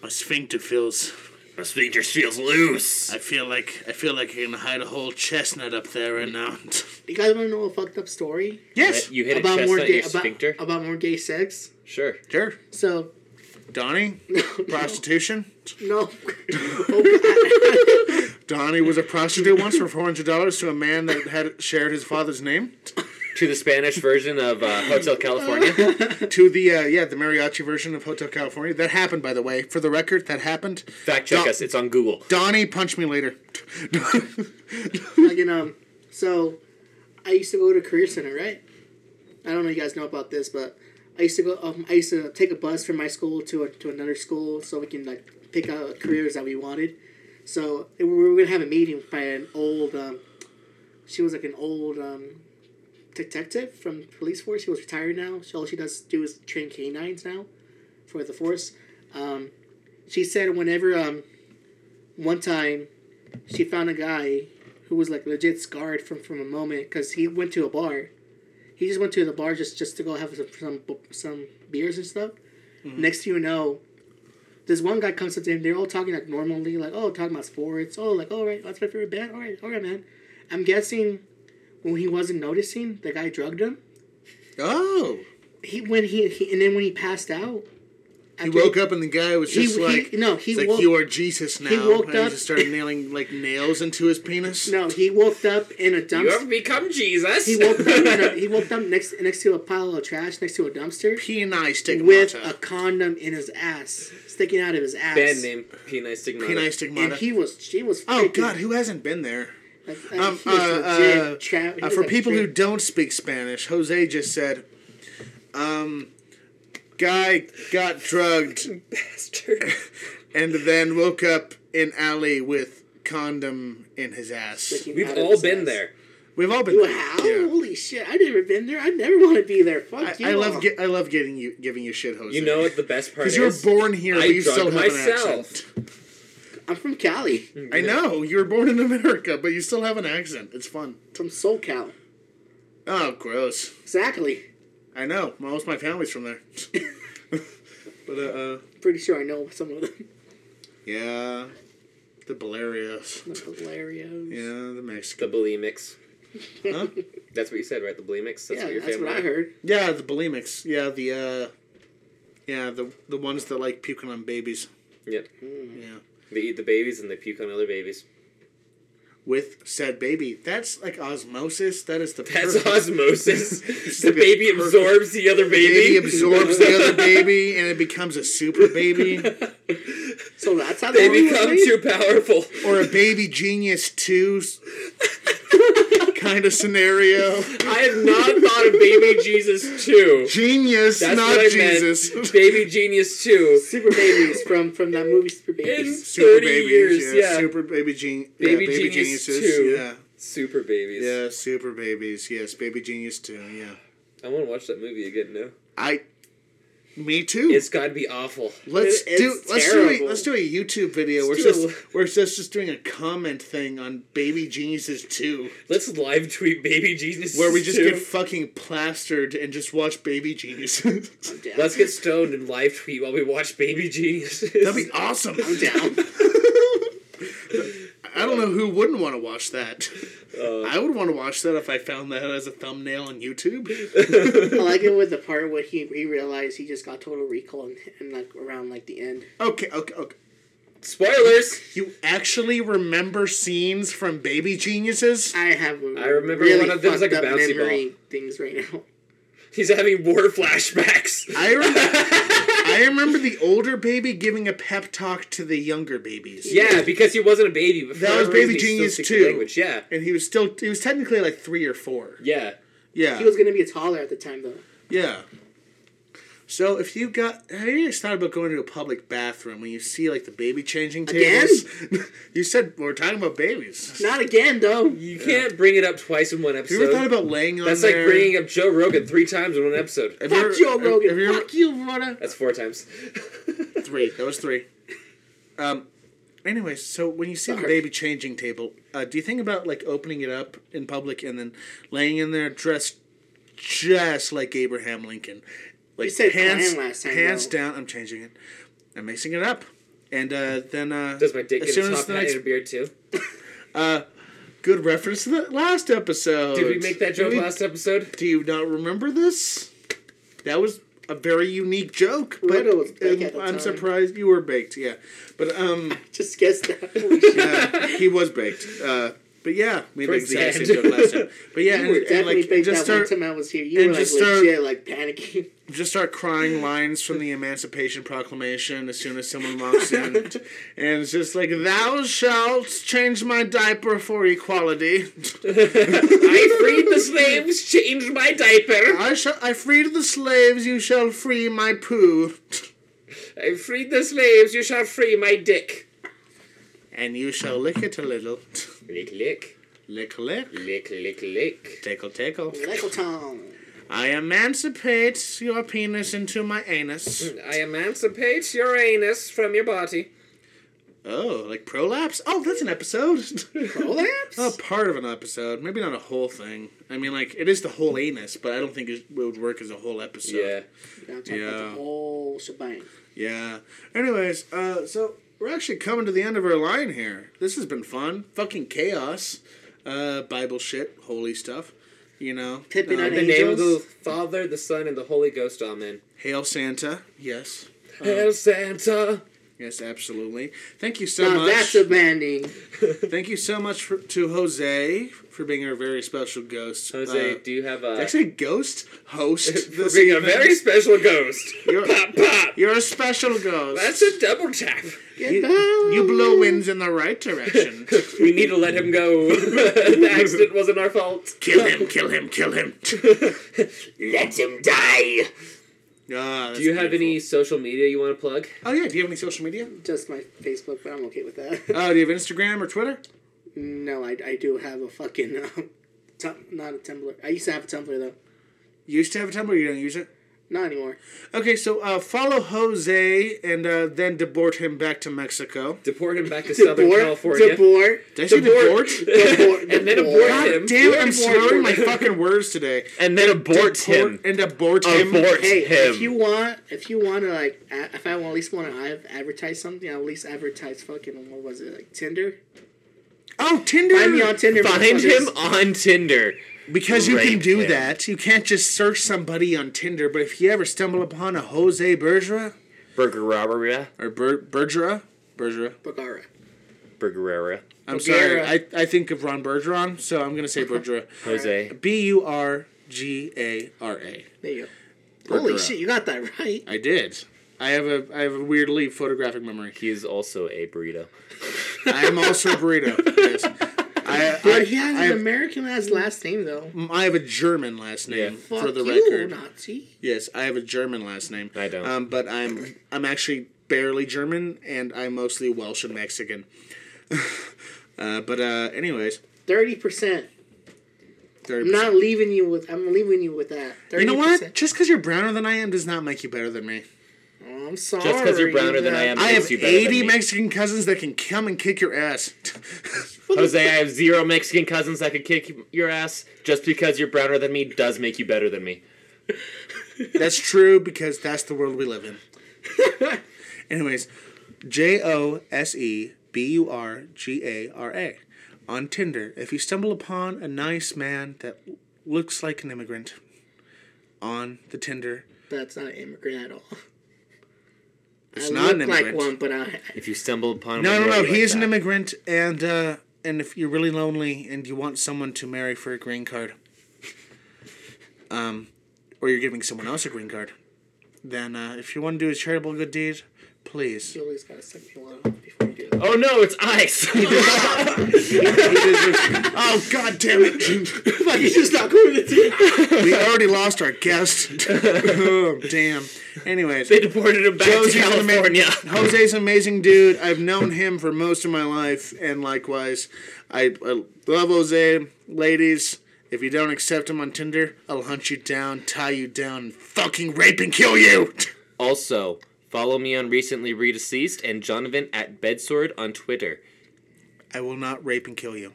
A: my sphincter feels.
D: My sphincter feels loose.
A: I feel like I feel like I can hide a whole chestnut up there right now.
C: You guys want to know a fucked up story
A: yes,
D: You hit
C: about
D: a
C: more
D: chestnut in
C: gay
D: your
C: about,
D: sphincter?
B: oh.
C: about more gay sex?
D: Sure.
A: sure.
C: So
A: Donnie,
C: no,
A: prostitution.
C: no. Oh, God.
A: Donnie was a prostitute once for four hundred dollars to a man that had shared his father's name.
D: To the Spanish version of uh, Hotel California.
A: To the uh, yeah, the mariachi version of Hotel California. That happened, by the way. For the record, that happened.
D: Fact check
A: Don't-
D: us. It's on Google.
A: Donnie, punch me later.
C: Like, you know, so I used to go to Career Center, right? I don't know if you guys know about this, but I used to go. Um, I used to take a bus from my school to a, to another school so we can like pick out careers that we wanted. So we were gonna have a meeting by an old. Um, she was like an old um, detective from police force. She was retired now. So all she does do is train canines now, for the force. Um, she said whenever um, one time, she found a guy who was like legit scarred from from a moment because he went to a bar. He just went to the bar just just to go have some some, some beers and stuff.
A: Mm-hmm.
C: Next thing you know, this one guy comes up to him. They're all talking like normally, like oh talking about sports. Oh like all right, that's my favorite band. All right, all right, man. I'm guessing when he wasn't noticing, the guy drugged him.
A: Oh,
C: He when he, he and then when he passed out,
A: he
C: after
A: woke up and the guy was
C: He-
A: just
C: he-
A: like,
C: no, he
A: it's like
C: woke-
A: you are Jesus now.
C: woke
A: and he
C: up-
A: just started nailing like nails into his penis.
C: No, he woke up in a dumpster.
B: become Jesus.
C: He woke up. In a, he woke up next next to a pile of trash, next to a dumpster.
A: P and I stigmata.
C: with a condom in his ass, sticking out of his ass.
B: Band name, Penile Stigmata.
A: Penile
C: And
A: stigmata.
C: he was, she was.
A: oh
C: freaking-
A: God, who hasn't been there?
C: Like, like,
A: Um,
C: he was
A: uh,
C: legit
A: uh,
C: tra- he
A: Uh,
C: was
A: for
C: like
A: people who
C: straight-
A: don't speak Spanish, Jose just said, um, guy got drugged
B: Bastard.
A: and then woke up in alley with condom in his ass.
C: sticking
B: We've
C: out of
B: all
C: his
B: been
C: ass.
B: there.
A: We've all been
C: Wow!
A: there. Yeah.
C: Holy shit! I've never been there. I never want to be there. Fuck you.
A: I, I love
C: all.
A: get, I love getting you giving you shit, Jose.
B: You know what the best part
A: because
B: is?
A: you were born here,
B: I
A: but you still have
B: drugged
A: an
B: myself.
A: accent.
C: I'm from Cali,
B: Hmm.
A: I know you were born in America, but you still have an accent. It's fun.
C: from SoCal.
A: Oh, gross.
C: Exactly.
A: I know. Most of my family's from there. but uh, uh,
C: Pretty sure I know some of them.
A: yeah, the Belarios.
C: Like Hilarious.
A: Yeah, the
B: The
A: Mexican.
B: bulimics.
A: Huh?
B: That's what you said, right? The bulimics. That's
C: Yeah,
B: what your
C: that's
B: family.
C: what I heard.
A: Yeah, the bulimics. Yeah, the uh, yeah the the ones that like puking on babies.
B: Yep.
A: Yeah,
B: They eat the babies and they puke on other babies.
A: with said baby. That's like osmosis. That is the
B: That's
A: perfect-
B: osmosis. the
A: like a
B: baby
A: perfect-
B: absorbs the other
A: The baby
B: baby.
A: absorbs the other baby, and it becomes a super baby.
C: So that's how
B: They
C: the world
B: become
C: was made.
B: too powerful.
A: or a baby genius 2 kind of scenario.
B: I have not thought of Baby Jesus 2.
A: Genius,
B: That's
A: not
B: what I
A: Jesus.
B: meant. Baby Genius 2.
C: Super Babies from from that movie Super Babies.
B: In 30 years, yeah.
A: Super baby gen-
B: Baby
A: yeah, baby
B: Genius
A: geniuses.
B: 2.
A: Yeah.
B: Super Babies.
A: Yeah, super babies. Yes, baby genius 2. Yeah.
B: I want to watch that movie again now.
A: I me too.
B: It's got to be awful.
A: let's
C: it-
A: do
C: it's
A: let's do a,
C: terrible.
A: let's do a YouTube video. We're
B: Let's do
A: just
B: a-
A: we're just just doing a comment thing on baby geniuses 2
B: Let's live tweet Baby Jesus.
A: where we just
B: 2.
A: get fucking plastered and just watch baby geniuses.
B: Let's get stoned and live tweet while we watch Baby Genius.
A: That'd be awesome. I'm down. I don't know who wouldn't want to watch that.
B: Uh.
A: I would want to watch that if I found that as a thumbnail on YouTube.
C: I like it with the part where he he realized he just got total recall and, and like around like the end.
A: Okay, okay, okay.
B: Spoilers!
A: You actually remember scenes from Baby Geniuses?
C: I have. I
B: remember one of them was like a bouncy
C: things right now.
B: He's having war flashbacks.
A: I remember, I remember the older baby giving a pep talk to the younger babies.
B: yeah, because he wasn't a baby. But for
A: That was
B: whatever
A: Baby
B: reason, he still
A: Genius
B: speaks the
A: 2.
B: Language. Yeah.
A: And he was still, he was technically like three or four.
B: Yeah.
A: Yeah.
C: He was gonna be taller at the time though.
A: Yeah. So if you got, have you guys thought about going to a public bathroom when you see like the baby changing
C: Again?
A: tables? you said we're talking about babies.
C: Not again though.
B: You can't bring it up twice in one
A: Have you ever thought
B: episode.
A: about laying on
B: That's like
A: there?
B: bringing up Joe Rogan three times in one episode.
A: Have you ever-
C: Fuck Joe
A: have-
C: Rogan.
A: have you ever-
C: Fuck you, Rhoda.
B: That's four times.
A: three. That was three. Um. Anyways, so when you see the
C: Sorry.
A: baby changing table, uh, do you think about like opening it up in public and then laying in there dressed just like Abraham Lincoln? Like
C: said Klan last time,
A: pants
C: though.
A: down. I'm changing it. I'm mixing it up, and uh, then uh,
B: Does my dick
A: as
B: get a
A: soon
B: top
A: as the
B: hat
A: next
B: and a beard too?
A: good reference to the last episode.
B: Did we make that joke
A: Did we-
B: last episode?
A: Do you not remember this? That was a very unique joke, but
C: Riddle was baked
A: um,
C: at the
A: I'm
C: time.
A: surprised you were baked. Yeah, but um.
C: Just guess that.
A: yeah, he was baked. Uh, but yeah, we made the
B: Towards the
A: exact same
B: end.
A: joke last time. But yeah,
C: You
A: and,
C: were
A: and,
C: definitely
A: like
C: big
A: just
C: that
A: start
C: one time I was here. You
A: and
C: were like
A: just start-
C: legit like panicking.
A: just start crying lines from the Emancipation Proclamation as soon as someone walks in, and it's just like thou shalt change my diaper for equality.
B: I freed the slaves, changed my diaper.
A: I shall I freed the slaves. You shall free my poo,
B: I freed the slaves, you shall free my dick.
A: and you shall lick it a little.
B: Lick, lick,
A: Lick lick.
B: lick, lick, lick.
A: Tickle tickle.
C: Michael oh, Tom.
A: I emancipate your penis into my anus.
B: I emancipate your anus from your body.
A: Oh, like prolapse? Oh, that's an episode.
C: Prolapse?
A: A part of an episode, maybe not a whole thing. I mean, like it is the whole anus, but I don't think it would work as a whole episode.
B: Yeah.
C: Now talk about
A: Yeah.
C: the whole shebang.
A: Yeah. Anyways, uh, so we're actually coming to the end of our line here. This has been fun. Fucking chaos. Uh, Bible shit, holy stuff. You know.
C: Pippin
A: Uh,
C: on
B: In the name of the
C: Angels?
B: Father, the Son, and the Holy Ghost. Amen.
A: Hail Santa. Yes.
B: Hail Santa.
A: Yes, absolutely. Thank you so
C: Now
A: much.
C: that's a banding.
A: Thank you so much for, to Jose for being our very special ghost.
B: Jose,
A: Uh,
B: do you have a?
A: did I say ghost host.
B: for
A: this
B: being a
A: evening?
B: very special ghost.
A: You're-
B: pop, pop.
A: You're a special ghost.
B: That's a double tap.
A: You, you blow winds in the right direction.
B: We need to let him go. the accident wasn't our fault.
A: kill him, kill him, kill him.
B: Let him die.
A: Ah, that's
B: Do you have
A: beautiful.
B: any social media you want to plug?
A: Oh, yeah. Do you have any social media?
C: Just my Facebook, but I'm okay with that.
A: Uh, do you have Instagram or Twitter?
C: No, I, I do have a fucking um, tum- not a Tumblr. I used to have a Tumblr though,
A: You used to have a Tumblr, you don't use it?
C: not anymore.
A: Okay, so uh, follow Jose and uh, then deport him back to Mexico.
B: Deport him back to Southern California.
C: Deport,
A: Did I say
B: Deport.
A: deport?
C: deport,
B: And then
C: deport.
B: abort
A: God
B: him.
A: damn it, I'm
B: Deport.
A: slurring my fucking words today.
D: And then abort him.
A: Deport And abort him.
D: Abort
C: Hey,
D: him.
C: if you want, if you want to like, a- if I at least want to advertise something, I'll at least advertise fucking what was it like Tinder?
A: Oh, Tinder.
C: Find me on Tinder.
D: Find
C: motherfuckers.
D: him on Tinder.
A: Because you can
D: Rape
A: do
D: him.
A: that. You can't just search somebody on Tinder, but if you ever stumble upon a Jose Bergera
D: Burger Robberia.
A: or Ber- Bergera, Bergera.
C: Bagara.
D: Burgerera.
A: I'm sorry.
C: Bergera.
A: I, I think of Ron Bergeron, so I'm going to say Bergera.
D: Jose.
A: B U R G A R A.
C: There you go. Holy
A: Bergera.
C: shit, you got that right.
A: I did. I have a I have a weirdly photographic memory.
B: He is also a burrito.
A: I am also a burrito. Yes. I, I,
C: But he has
A: I
C: an
A: have,
C: American ass last name though.
A: I have a German last name
B: Yeah.
C: Fuck
A: for the
C: you,
A: record.
C: Nazi.
A: Yes, I have a German last name.
B: I don't.
A: Um, but I'm I'm actually barely German, and I'm mostly Welsh and Mexican. uh, but uh, anyways,
C: Thirty percent.
A: thirty.
C: I'm not leaving you with. I'm leaving you with that. 30%.
A: You know what? Just because you're browner than I am does not make you better than me.
C: Oh, I'm sorry.
B: 'cause you're browner than I am.
C: man.
A: I
B: Makes
A: have
B: you better than
A: eighty
B: me.
A: Mexican cousins that can come and kick your ass.
B: Jose, I have zero Mexican cousins that could kick your ass. Just because you're browner than me does make you better than me.
A: that's true because that's the world we live in. Anyways, J O S E B U R G A R A. On Tinder, if you stumble upon a nice man that looks like an immigrant on the Tinder,
C: That's not an immigrant at all.
A: it's
C: I
A: not an
C: look
A: immigrant.
C: like one, but I.
B: If you stumble upon
A: No,
B: one,
A: no,
B: you
A: no.
B: already
A: He
B: like
A: is an
B: that.
A: immigrant, and uh, and if you're really lonely and you want someone to marry for a green card, um, or you're giving someone else a green card, then uh, if you want to do a charitable good deed, please.
C: Julie's gotta suck me one off before you do that.
B: Oh no, it's ice.
A: oh God damn it!
C: Fuck, he's just not going to the
A: we already lost our guest. oh, damn. Anyways.
B: they deported him back
A: Jose's
B: to
A: an ama-
B: California.
A: Jose's an amazing dude. I've known him for most of my life, and likewise, I, I love Jose. Ladies, if you don't accept him on Tinder, I'll hunt you down, tie you down, and fucking rape and kill you.
B: also, follow me on recently redeceased and Jonathan at Bedsword on Twitter.
A: I will not rape and kill you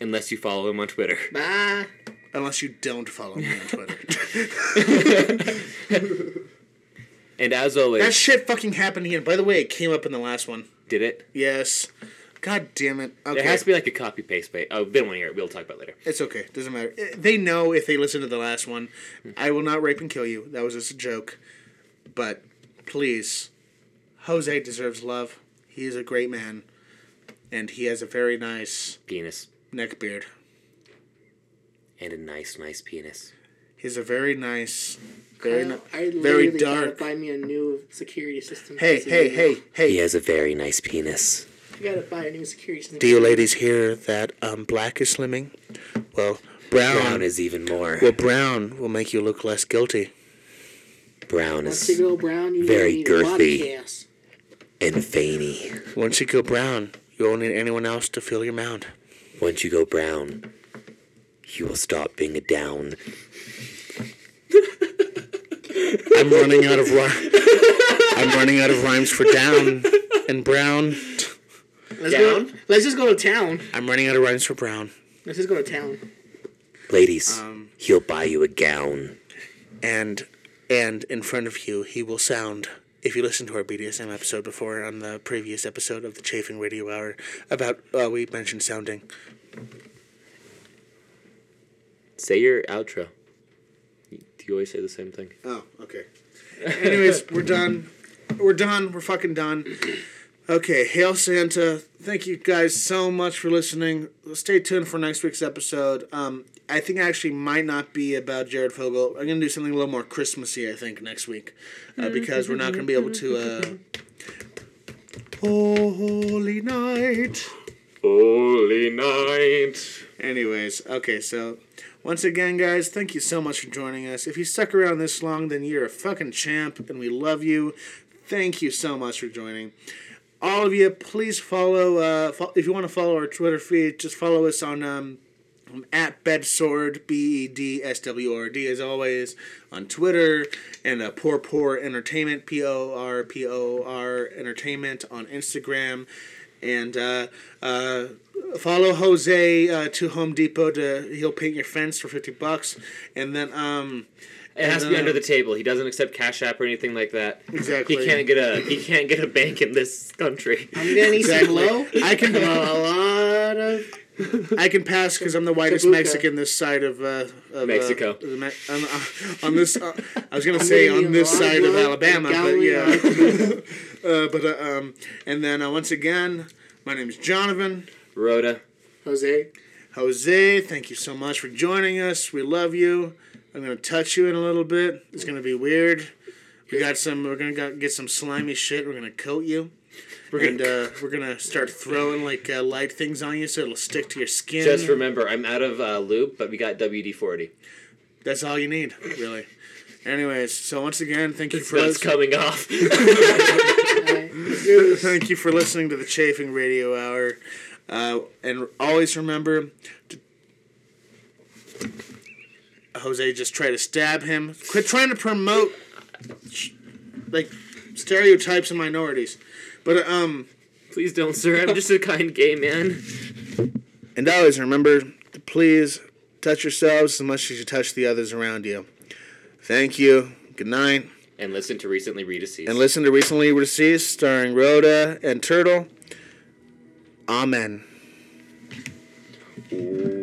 B: Unless you follow him on Twitter.
C: Bye.
A: unless you don't follow me on Twitter.
B: And as always,
A: that shit fucking happened again. By the way, it came up in the last one.
B: did it?
A: Yes. God damn it. Okay.
B: There has to be like a copy paste. Ba- oh, they don't want to hear it. We'll talk about it later.
A: It's okay. Doesn't matter. Eh, They know if they listen to the last one. I will not rape and kill you. That was just a joke. But please, Jose deserves love. He is a great man, and he has a very nice
B: Penis
A: neck beard.
B: and a nice, nice penis.
A: He's a very nice, very,
C: I,
A: ni-
C: I
A: very
C: literally
A: dark.
C: Gotta buy me a new security system.
A: Hey,
C: This is
A: hey,
C: it.
A: hey, hey.
B: He has a very nice penis.
C: I gotta buy a new security system.
A: Do you ladies hear that um, black is slimming? Well, brown,
B: Brown is even more.
A: well brown will make you look less guilty.
B: Brown
C: Once you
B: is
C: go brown, you
B: Very
C: need a lot of
B: girthy.
C: gas.
B: and veiny.
A: Once you go brown, you won't need anyone else to fill your mound.
B: Once you go brown, you will stop being a down.
A: I'm running out of rhyme. I'm running out of rhymes for down and brown.
C: Let's go. Let's just go to town.
A: I'm running out of rhymes for brown.
C: Let's just go to town.
B: Ladies,
A: Um,
B: he'll buy you a gown.
A: And and in front of you, he will sound. If you listen to our BDSM episode before on the previous episode of the Chafing Radio Hour, about uh, we mentioned sounding.
B: Say your outro. You- Do you always say the same thing?
A: Oh, okay. Anyways, we're done. We're done. We're fucking done. Okay, hail Santa. Thank you guys so much for listening. Stay tuned for next week's episode. Um, I think I actually might not be about Jared Fogle. I'm gonna do something a little more Christmassy, I think, next week, uh, because we're not gonna be able to. Uh... Holy night.
B: Holy night.
A: Anyways, okay, so once again, guys, thank you so much for joining us. If you stuck around this long, then you're a fucking champ, and we love you. Thank you so much for joining. All of you, please follow. Uh, fo- if you want to follow our Twitter feed, just follow us on um, um, at Bedsword, B E D S W R D, as always, on Twitter, and uh, Poor Poor Entertainment, P O R P O R Entertainment, on Instagram. And uh, uh, follow Jose uh, to Home Depot to he'll paint your fence for fifty bucks, and then um
B: It has to be
A: Uh,
B: under the table. He doesn't accept Cash App or anything like that.
A: exactly.
B: He can't get a he can't get a bank in this country.
C: I'm gonna need some
A: Exactly.
C: low.
A: I
C: A
A: can uh,
C: lot of.
A: I can pass because I'm the whitest
C: Kabuka.
A: Mexican this side of, uh, of uh,
B: Mexico.
A: the Me- on, on this, uh, I was gonna say
C: gonna be
A: on this
C: a lot
A: side of
C: of
A: Alabama, but
C: Galilee.
A: yeah. uh, but uh, um, and then uh, once again, my name is Jonathan.
B: Rhoda.
C: Jose,
A: Jose, thank you so much for joining us. We love you. I'm gonna touch you in a little bit. It's gonna be weird. We got some. We're gonna go, get some slimy shit. We're gonna coat you. We're gonna uh, we're gonna start throwing like uh, light things on you so it'll stick to your skin.
B: Just remember, I'm out of uh, loop, but we got WD forty.
A: That's all you need, really. Anyways, so once again, thank you for
B: That's
A: listening.
B: coming off.
A: thank you for listening to the Chafing Radio Hour, uh, and always remember. To Jose just tried to stab him. Quit trying to promote like stereotypes and minorities, but um.
B: Please don't, sir. I'm just a kind gay man.
A: And always remember to please touch yourselves as much as you touch the others around you. Thank you. Good night.
B: And listen to recently redeceased.
A: And listen to Recently Deceased starring Rhoda and Turtle. Amen.
B: listen.